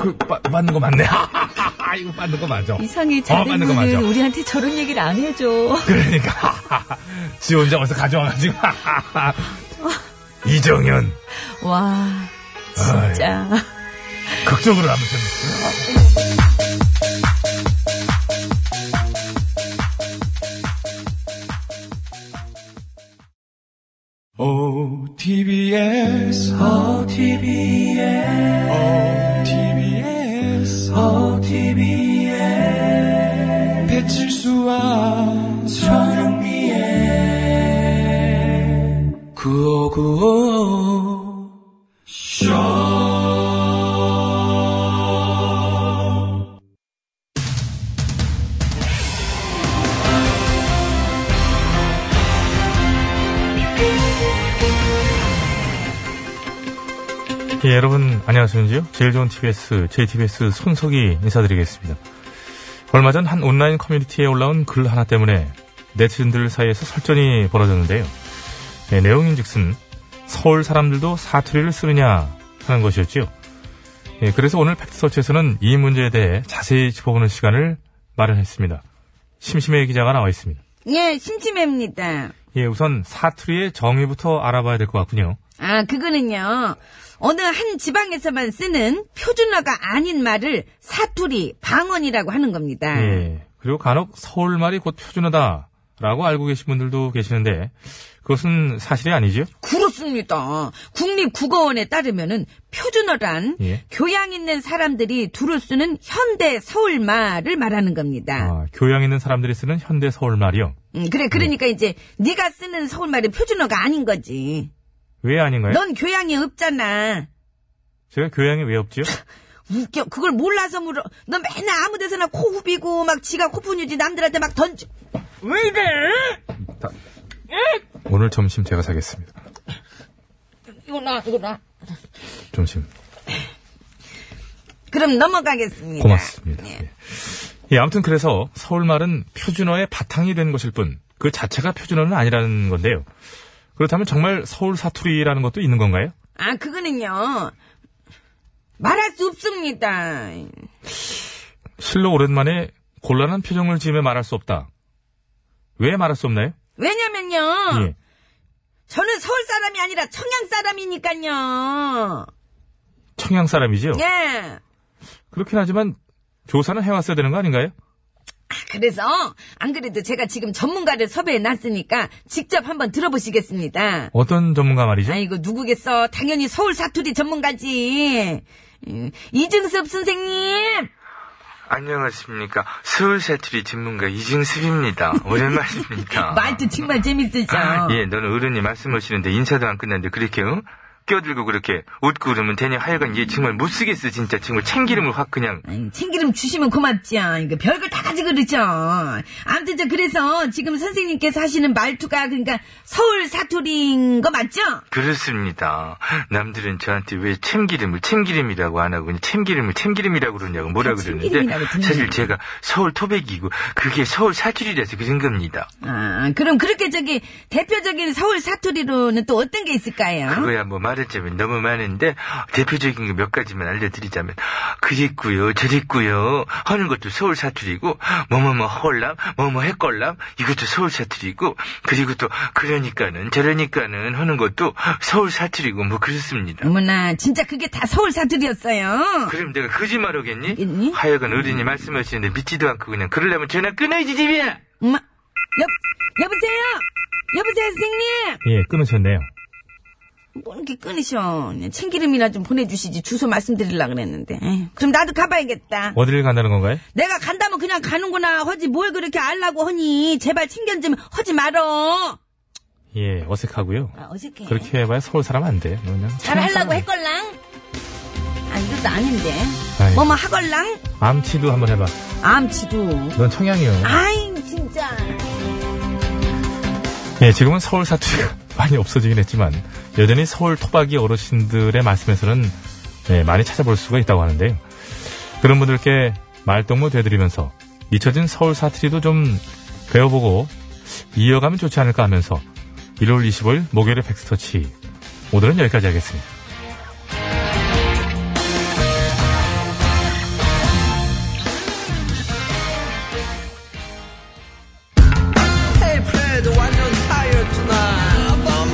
그, 빠, 맞는 거 [LAUGHS] 맞네. 하하하, 이거 맞는 거 맞아. 이상해. 어, 잘된 맞는 거 분은 맞아. 우리한테 저런 얘기를 안 해줘. 그러니까. [LAUGHS] 지 혼자 와서 가져와가지고. [LAUGHS] 이정현. 그 와, 진짜. 극적으로 하면서. OTBS, OTBS, OTBS, OTBS. 배칠 수와 저녁미에 구호구호 예, 여러분 안녕하세요. 제일 좋은 TBS, JTBS 손석희 인사드리겠습니다. 얼마 전 한 온라인 커뮤니티에 올라온 글 하나 때문에 네티즌들 사이에서 설전이 벌어졌는데요. 예, 내용인즉슨 서울 사람들도 사투리를 쓰느냐 하는 것이었지요. 예, 그래서 오늘 팩트서치에서는 이 문제에 대해 자세히 짚어보는 시간을 마련했습니다. 심심해 기자가 나와 있습니다. 예, 심심해입니다. 예, 우선 사투리의 정의부터 알아봐야 될 것 같군요. 아, 그거는요. 어느 한 지방에서만 쓰는 표준어가 아닌 말을 사투리, 방언이라고 하는 겁니다. 예. 그리고 간혹 서울말이 곧 표준어다라고 알고 계신 분들도 계시는데 그것은 사실이 아니죠. 그렇습니다. 국립국어원에 따르면은 표준어란 예. 교양 있는 사람들이 두루 쓰는 현대 서울말을 말하는 겁니다. 아, 교양 있는 사람들이 쓰는 현대 서울말이요. 음, 그래 그러니까 이제 네가 쓰는 서울말이 표준어가 아닌 거지. 왜 아닌가요? 넌 교양이 없잖아. 제가 교양이 왜 없지요? 웃겨. 그걸 몰라서 물어. 너 맨날 아무 데서나 코 후비고 막 지가 코푼 유지 남들한테 막 던지. 왜 이래? 오늘 점심 제가 사겠습니다. 이거 나 이거 나. 점심 그럼 넘어가겠습니다. 고맙습니다. 예. 예, 아무튼 그래서 서울말은 표준어의 바탕이 된 것일 뿐 그 자체가 표준어는 아니라는 건데요. 그렇다면 정말 서울 사투리라는 것도 있는 건가요? 아 그거는요. 말할 수 없습니다. 실로 오랜만에 곤란한 표정을 지으며 말할 수 없다. 왜 말할 수 없나요? 왜냐면요. 예. 저는 서울 사람이 아니라 청양 사람이니까요. 청양 사람이지요? 예. 그렇긴 하지만 조사는 해왔어야 되는 거 아닌가요? 그래서 안 그래도 제가 지금 전문가를 섭외해 놨으니까 직접 한번 들어보시겠습니다. 어떤 전문가 말이죠? 아이고 누구겠어? 당연히 서울 사투리 전문가지. 음, 이중섭 선생님. 안녕하십니까. 서울 사투리 전문가 이중섭입니다. 오랜만입니다. [LAUGHS] 아. 말투 정말 재밌으셔. 예, 너는 어른이 말씀하시는데 인사도 안 끝났는데 그렇게 응? 껴들고 그렇게 웃고 그러면 되냐 하여간 얘 정말 못 쓰겠어 진짜 정말 참기름을 확 그냥 아이, 참기름 주시면 고맙죠. 이거 별걸 다 가지고 그러죠. 아무튼 저 그래서 지금 선생님께서 하시는 말투가 그러니까 서울 사투리인 거 맞죠? 그렇습니다. 남들은 저한테 왜 참기름을 참기름이라고 안 하고 그냥 참기름을 참기름이라고 그러냐고 뭐라 그러는데 참기름이라고 듣는구나. 사실 제가 서울 토백이고 그게 서울 사투리라서 그런 겁니다. 아 그럼 그렇게 저기 대표적인 서울 사투리로는 또 어떤 게 있을까요? 그거야 뭐 말했자면 너무 많은데 대표적인 거 몇 가지만 알려드리자면 그랬고요 저랬고요 하는 것도 서울 사투리고 뭐뭐뭐 헐람 뭐뭐 했걸람 이것도 서울 사투리고 그리고 또 그러니까는 저러니까는 하는 것도 서울 사투리고 뭐 그렇습니다 어머나 진짜 그게 다 서울 사투리였어요. 그럼 내가 거짓말하겠니? 있니? 하여간 어른이 말씀하시는데 믿지도 않고 그냥 그러려면 전화 끊어야지 집이야 엄마 여 여보세요. 여보세요 선생님. 예, 끊으셨네요. 뭐 이렇게 끊으셔. 그냥 참기름이나 좀 보내주시지 주소 말씀드리려 그랬는데. 에휴, 그럼 나도 가봐야겠다. 어디를 간다는 건가요? 내가 간다면 그냥 가는구나. 허지 뭘 그렇게 알라고 허니. 제발 챙겨 좀 허지 말어. 예, 어색하고요. 아, 어색해. 그렇게 해봐야 서울 사람 안 돼. 뭐 그냥 잘 하려고 했걸랑. 아 이것도 아닌데. 아이. 뭐뭐 하걸랑. 암치도 한번 해봐. 암치도. 넌 청양이요. 아이 진짜. 예, 지금은 서울 사투리가 [LAUGHS] 많이 없어지긴 했지만 여전히 서울 토박이 어르신들의 말씀에서는 예, 많이 찾아볼 수가 있다고 하는데요. 그런 분들께 말동무 되드리면서 잊혀진 서울 사투리도 좀 배워보고 이어가면 좋지 않을까 하면서 1월 25일 목요일에 백스터치 오늘은 여기까지 하겠습니다.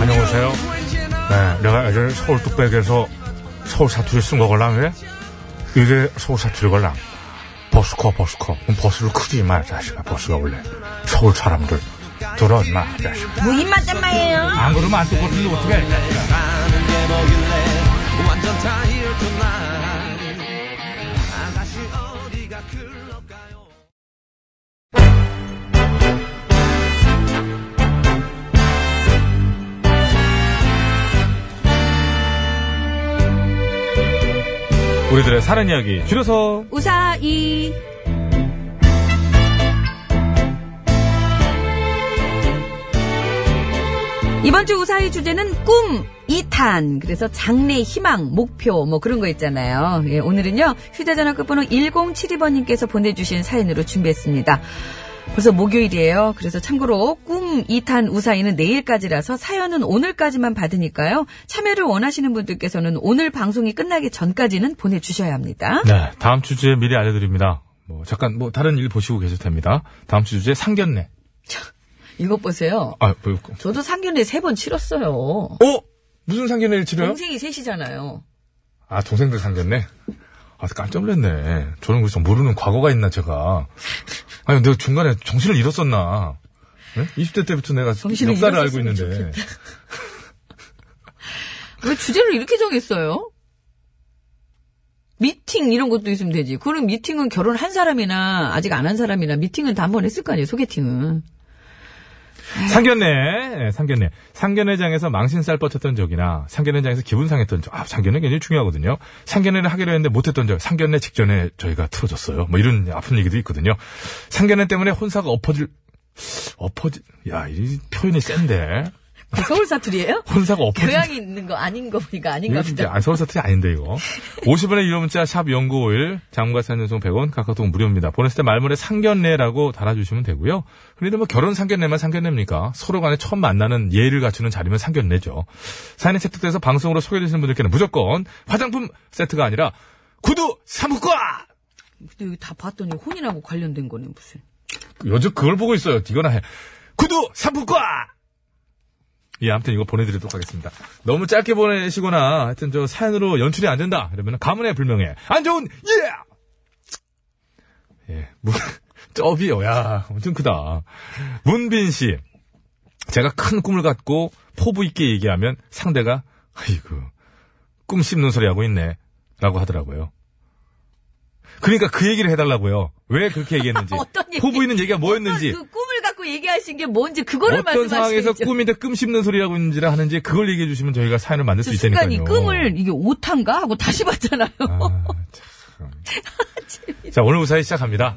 안녕하세요. 네, 내가 예전에 서울 뚝배기에서 서울 사투리 쓴 거걸랑 왜? 이게 서울 사투리 걸랑. 버스커, 버스커. 그럼 버스를 크지, 임마, 자식아. 버스가 원래. 서울 사람들. 들어, 임마, 자식아. 뭐 입맛 좀 마예요. 안 그러면 안 뜨거든요, 어떻게 우리들의 사는 이야기 줄여서 우사이. 이번 주 우사의 주제는 꿈 2탄. 그래서 장래 희망, 목표 뭐 그런 거 있잖아요. 예, 오늘은요. 휴대전화 끝번호 1072번님께서 보내주신 사연으로 준비했습니다. 벌써 목요일이에요. 그래서 참고로 꿈 2탄 우사이는 내일까지라서 사연은 오늘까지만 받으니까요. 참여를 원하시는 분들께서는 오늘 방송이 끝나기 전까지는 보내주셔야 합니다. 네, 다음 주 주제 미리 알려드립니다. 뭐 잠깐 뭐 다른 일 보시고 계실 됩니다. 다음 주 주제 상견례. 이것 보세요. 아, 뭐, 이거. 저도 상견례 세 번 치렀어요. 어? 무슨 상견례를 치러요? 동생이 셋이잖아요. 아, 동생들 상견례? 아, 깜짝 놀랐네. 저는 그래서 모르는 과거가 있나, 제가. 아니, 내가 중간에 정신을 잃었었나. 네? 20대 때부터 내가 정신을 역사를 알고 잃었었으면 있는데. 왜 주제를 이렇게 정했어요? 미팅 이런 것도 있으면 되지. 그럼 미팅은 결혼한 사람이나 아직 안 한 사람이나 미팅은 다 한 번 했을 거 아니에요. 소개팅은. 상견례, 네, 상견례. 상견례장에서 망신살 뻗쳤던 적이나 상견례장에서 기분 상했던 적. 아, 상견례 굉장히 중요하거든요. 상견례를 하기로 했는데 못했던 적. 상견례 직전에 저희가 틀어졌어요. 뭐 이런 아픈 얘기도 있거든요. 상견례 때문에 혼사가 엎어질, 엎어질, 야, 이 표현이 센데. 그 서울 사투리예요? 혼사가 엎어질 교양이 있는 거 아닌 거 보니까 아닌가 이거 보다. 진짜 안 서울 사투리 아닌데 이거. 50원의 유료 문자 샵 연구오일 장과 사연 연속 100원 카카오톡 무료입니다. 보냈을 때 말문에 상견례라고 달아주시면 되고요. 그런데 뭐 결혼 상견례만 상견례입니까? 서로 간에 처음 만나는 예의를 갖추는 자리면 상견례죠. 사연이 채택돼서 방송으로 소개되시는 분들께는 무조건 화장품 세트가 아니라 구두 사무과 근데 여기 다 봤더니 혼인하고 관련된 거네 무슨. 요즘 그걸 보고 있어요. 이거나 해. 구두 상품과! 예, 아무튼 이거 보내드리도록 하겠습니다. 너무 짧게 보내시거나, 하여튼 저 사연으로 연출이 안 된다. 이러면 가문의 불명예. 안 좋은, 예! 예, 문, [LAUGHS] 쩝이요. 야, 엄청 크다. 문빈 씨. 제가 큰 꿈을 갖고 포부 있게 얘기하면 상대가, 아이고, 꿈 씹는 소리 하고 있네. 라고 하더라고요. 그러니까 그 얘기를 해달라고요. 왜 그렇게 얘기했는지. [LAUGHS] 어떤 얘기? 포부 있는 얘기가 뭐였는지. 그러니까 그 꿈을 갖고 얘기하신 게 뭔지 그거를 어떤 상황에서 말씀하시죠. 꿈인데 끔 씹는 소리라고 있는지라 하는지 그걸 얘기해 주시면 저희가 사연을 만들 수 그 순간 이 있다니까요. 꿈을 이게 오탄가 하고 [LAUGHS] 다시 봤잖아요. 아, 참. 자 오늘 우사히 시작합니다.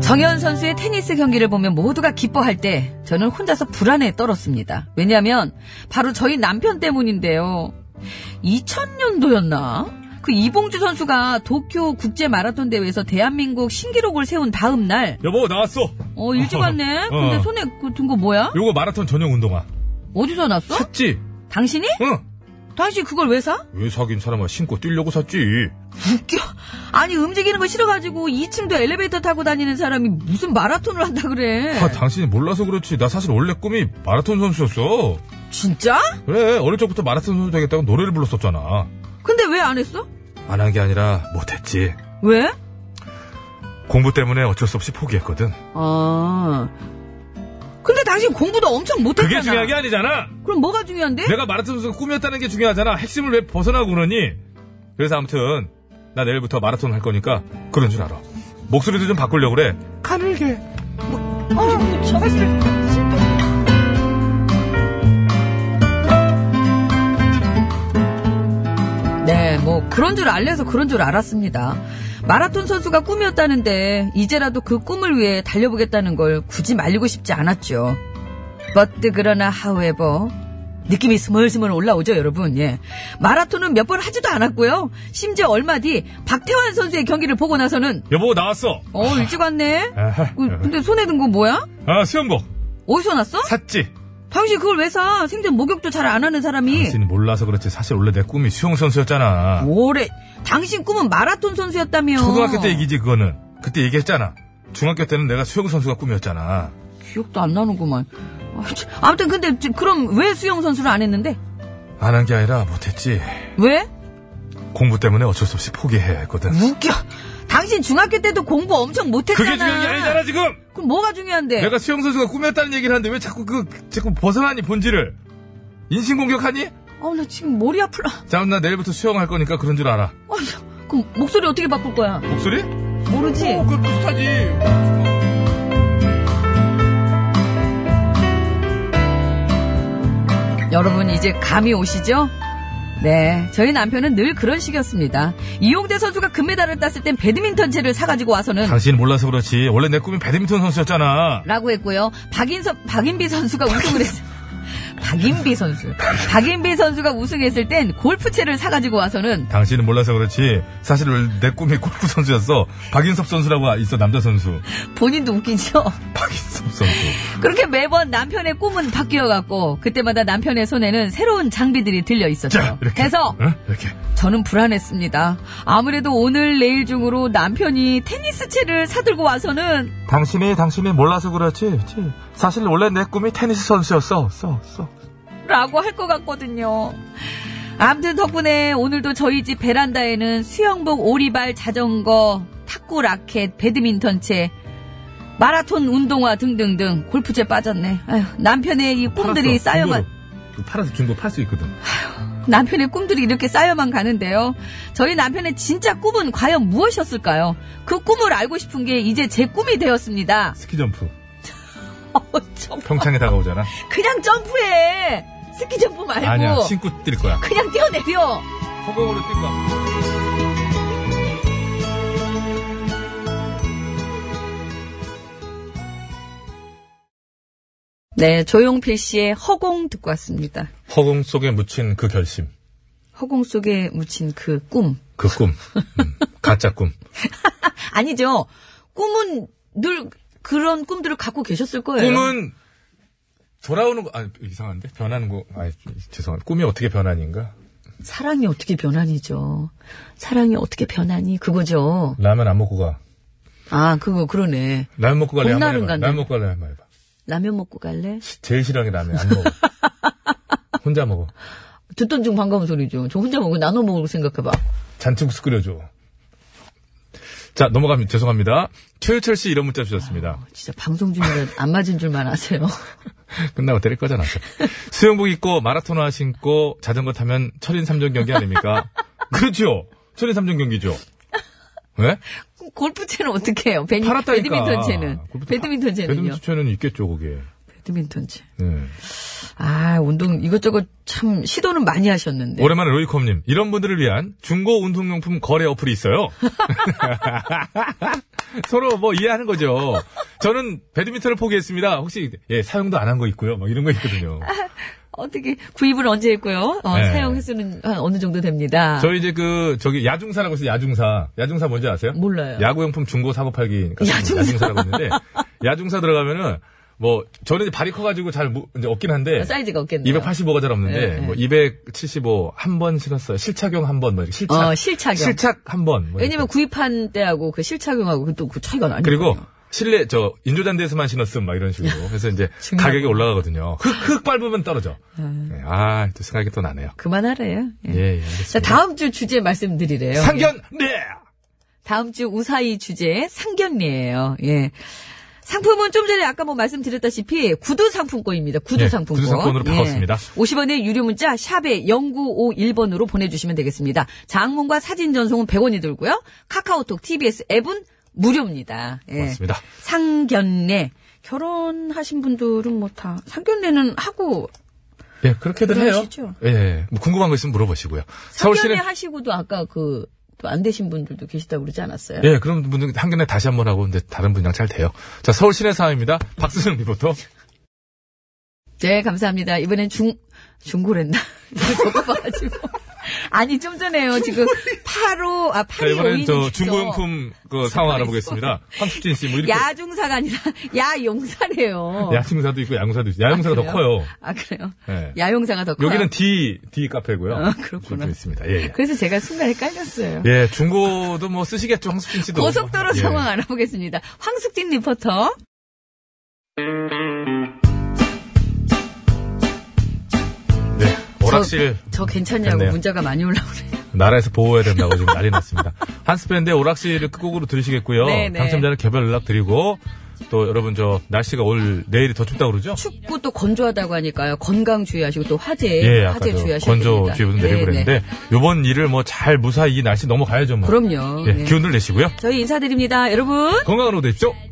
정현 선수의 테니스 경기를 보면 모두가 기뻐할 때 저는 혼자서 불안에 떨었습니다. 왜냐하면 바로 저희 남편 때문인데요. 2000년도였나? 그 이봉주 선수가 도쿄 국제 마라톤 대회에서 대한민국 신기록을 세운 다음 날, 여보 나왔어. 어 일찍 왔네. 근데 [LAUGHS] 어. 손에 그 든 거 뭐야? 요거 마라톤 전용 운동화. 어디서 났어? 샀지? 당신이? 응. 당신 그걸 왜 사? 왜 사귄 사람아 신고 뛰려고 샀지. 웃겨. 아니 움직이는 거 싫어가지고 2층도 엘리베이터 타고 다니는 사람이 무슨 마라톤을 한다 그래. 아 당신이 몰라서 그렇지. 나 사실 원래 꿈이 마라톤 선수였어. 진짜? 그래 어릴 적부터 마라톤 선수 되겠다고 노래를 불렀었잖아. 근데 왜 안 했어? 안 한 게 아니라 못했지. 왜? 공부 때문에 어쩔 수 없이 포기했거든. 아. 근데 당신 공부도 엄청 못했잖아. 그게 중요한 게 아니잖아. 그럼 뭐가 중요한데? 내가 마라톤 선수 꿈이었다는 게 중요하잖아. 핵심을 왜 벗어나고 그러니? 그래서 아무튼 나 내일부터 마라톤 할 거니까 그런 줄 알아. 목소리도 좀 바꾸려고 그래. 가늘게. 어, 음. 네, 뭐 그런 줄 알려서 그런 줄 알았습니다. 마라톤 선수가 꿈이었다는데 이제라도 그 꿈을 위해 달려보겠다는 걸 굳이 말리고 싶지 않았죠. But 그러나 however 느낌이 스멀스멀 올라오죠, 여러분. 예. 마라톤은 몇 번 하지도 않았고요. 심지어 얼마 뒤 박태환 선수의 경기를 보고 나서는 여보 나왔어. 어 일찍 왔네. 어, 아하. 그, 근데 손에 든 거 뭐야? 아 수영복 어디서 났어? 샀지. 당신 그걸 왜 사? 생전 목욕도 잘 안 하는 사람이 당신이 몰라서 그렇지 사실 원래 내 꿈이 수영 선수였잖아. 오래 당신 꿈은 마라톤 선수였다며. 초등학교 때 얘기지 그거는 그때 얘기했잖아. 중학교 때는 내가 수영 선수가 꿈이었잖아. 기억도 안 나는구만. 아, 참. 아무튼 근데 지- 그럼 왜 수영 선수를 안 했는데? 안 한 게 아니라 못했지. 왜? 공부 때문에 어쩔 수 없이 포기해야 했거든. 웃겨. 당신 중학교 때도 공부 엄청 못했잖아. 그게 중요한 게 아니잖아 지금. 그럼 뭐가 네. 중요한데? 내가 수영 선수가 꿈이었다는 얘기를 하는데 왜 자꾸 그 자꾸 벗어나니 본질을 인신 공격하니? 아우 나 지금 머리 아플라. 자, 나 내일부터 수영할 거니까 그런 줄 알아. 어, 야, 그럼 목소리 어떻게 바꿀 거야? 목소리? 모르지? 어, 그걸 비슷하지. 여러분 이제 감이 오시죠? 네, 저희 남편은 늘 그런 식이었습니다. 이용대 선수가 금메달을 땄을 땐 배드민턴채를 사가지고 와서는 당신 몰라서 그렇지. 원래 내 꿈이 배드민턴 선수였잖아. 라고 했고요. 박인섭, 박인비 선수가 우승을 했 [LAUGHS] 박인비 선수. 박인비 선수가 우승했을 땐 골프채를 사가지고 와서는 당신은 몰라서 그렇지. 사실 원래 내 꿈이 골프 선수였어. 박인섭 선수라고 있어, 남자 선수. 본인도 웃기죠? 박인섭 선수. 그렇게 매번 남편의 꿈은 바뀌어갔고, 그때마다 남편의 손에는 새로운 장비들이 들려있었죠. 자, 이렇게. 그래서 어? 이렇게. 저는 불안했습니다. 아무래도 오늘 내일 중으로 남편이 테니스채를 사들고 와서는 당신이, 당신이 몰라서 그렇지. 사실 원래 내 꿈이 테니스 선수였어. 써, 써. 라고 할 것 같거든요. 아무튼 덕분에 오늘도 저희 집 베란다에는 수영복, 오리발, 자전거, 탁구 라켓, 배드민턴채, 마라톤 운동화 등등등 골프채 빠졌네. 아휴, 남편의 이 꿈들이 쌓여만 그 팔아서 중고 팔 수 있거든. 남편의 꿈들이 이렇게 쌓여만 가는데요. 저희 남편의 진짜 꿈은 과연 무엇이었을까요? 그 꿈을 알고 싶은 게 이제 제 꿈이 되었습니다. [LAUGHS] 스키 점프. 어, 점- [LAUGHS] 평창에 다가오잖아. 그냥 점프해. 스키 점프 말고 아니야, 신고 뛸 거야. 그냥 뛰어내려. 허공으로 뛸 거야. 네, 조용필 씨의 허공 듣고 왔습니다. 허공 속에 묻힌 그 결심. 허공 속에 묻힌 그 꿈. 그 꿈. 음, 가짜 [LAUGHS] 꿈. 아니죠. 꿈은 늘 그런 꿈들을 갖고 계셨을 거예요. 꿈은 돌아오는 거, 아, 이상한데? 변하는 거, 아, 죄송합니다. 꿈이 어떻게 변하는가? 사랑이 어떻게 변하니죠. 사랑이 어떻게 변하니 그거죠. 라면 안 먹고 가. 아, 그거 그러네. 라면 먹고 갈래? 한번 봄날은 해봐. 간다. 라면 먹고 갈래? 한번 해봐. 라면 먹고 갈래? 제일 싫어하는 게 라면. 안 먹어. 혼자 먹어. 듣던 중 반가운 소리죠. 저 혼자 먹고 나눠 먹을 생각해봐. 잔치국수 끓여줘. 자, 넘어갑니다. 죄송합니다. 최유철 씨 이런 문자 주셨습니다. 진짜 방송 중이라 안 맞은 줄만 아세요. [LAUGHS] 끝나고 때릴 거잖아. [LAUGHS] 수영복 입고 마라톤화 신고 자전거 타면 철인 삼종 경기 아닙니까? 그렇죠. 철인 삼종 경기죠. 왜? 골프채는 어떻게 해요? 베니- 팔았다니까. 배드민턴채는. 골프채 배드민턴채는요. 배드민턴채는 있겠죠, 그게. 배드민턴채. 네. 아, 운동 이것저것 참 시도는 많이 하셨는데. 오랜만에 로이컴님. 이런 분들을 위한 중고 운동용품 거래 어플이 있어요. [LAUGHS] 서로 뭐 이해하는 거죠. 저는 배드민턴을 포기했습니다. 혹시, 예, 사용도 안 한 거 있고요. 뭐 이런 거 [LAUGHS] 있거든요. 어떻게 구입을 언제 했고요? 어, 네. 사용 횟수는 한 어느 정도 됩니다. 저희 이제 그, 저기 야중사라고 있어요. 야중사. 야중사 뭔지 아세요? 몰라요. 야구용품 중고 사고 팔기. 야중사. 야중사라고 [LAUGHS] 있는데, 야중사 들어가면은, 뭐, 저는 이제 발이 커가지고 잘, 무- 이제 없긴 한데, 아, 사이즈가 없겠네요. 285가 잘 없는데, 네, 네. 뭐, 275, 한 번 신었어요. 실착용 한 번, 뭐, 이렇게 실착. 어, 실착용. 실착 한 번. 뭐 이렇게. 왜냐면 구입한 때하고 그 실착용하고 그 또 그 차이가 나니까. 그리고, 실내, 저, 인조잔디에서만 신었음, 막 이런 네. 식으로. 그래서 [LAUGHS] 이제, 중요하구나. 가격이 올라가거든요. 흑, 흑 밟으면 떨어져. 네, 아, 또 생각이 또 나네요. 그만하래요. 예. 예, 예, 자, 알겠습니다. 다음 주 주제 말씀드리래요. 상견, 네! 다음 주 우사히 주제 상견례예요. 예. 상품은 좀 전에 아까 뭐 말씀드렸다시피 구두 상품권입니다. 구두 예, 상품권. 구두 상품권으로 바꿨습니다. 50원의 유료 문자 샵에 0951번으로 보내주시면 되겠습니다. 장문과 사진 전송은 100원이 들고요. 카카오톡, TBS 앱은 무료입니다. 예. 맞습니다. 상견례. 결혼하신 분들은 뭐 다 상견례는 하고 예, 그렇게들 해요. 그러시죠. 예, 예, 뭐 궁금한 거 있으면 물어보시고요. 상견례 서울시는 하시고도 아까 그 또 안 되신 분들도 계시다고 그러지 않았어요? 예, 그런 분들 한견에 다시 한번 하고 근데 다른 분이랑 잘 돼요. 자, 서울 시내 상황입니다. 박수정 리포터. 네, 감사합니다. 이번엔 중, 중고랜다. [LAUGHS] 적어봐가지고. 아니, 좀 전에요. 지금 8호, 아, 8 자, 2 이번엔 저 중고용품 그 상황 알아보겠습니다. 황숙진 씨, 뭐 이렇게. 야중사가 아니라 [LAUGHS] 야용사래요. 야중사도 있고 양사도 있어요. 야용사가 더 그래요? 커요. 아, 그래요? 예. 야용사가 더 커요. 여기는 D, D 카페고요. 아, 그렇구나. 좀 있습니다. 예, 예. 그래서 제가 순간 헷갈렸어요. 예, 중고도 뭐 쓰시겠죠, 황숙진 씨도. 고속도로 예. 상황 알아보겠습니다. 황숙진 리포터. 네, 오락실 저, 저 괜찮냐고 됐네요. 문자가 많이 올라오네요. 나라에서 보호해야 된다고 지금 난리 났습니다. 한스밴드의 오락실을 그 끝곡으로 들으시겠고요. 네, 네. 당첨자는 개별 연락 드리고 또 여러분 저 날씨가 올 내일이 더 춥다고 그러죠? 춥고 또 건조하다고 하니까요. 건강 네, 주의하시고 또 화재, 예, 아까 화재 저 주의하셔야 됩니다. 건조 주의보도 내리고 네, 네. 그랬는데 요번 일을 뭐 잘 무사히 이 날씨 넘어가야죠 뭐. 그럼요. 예, 네. 기운을 내시고요. 저희 인사드립니다. 여러분. 건강으로 되십시오.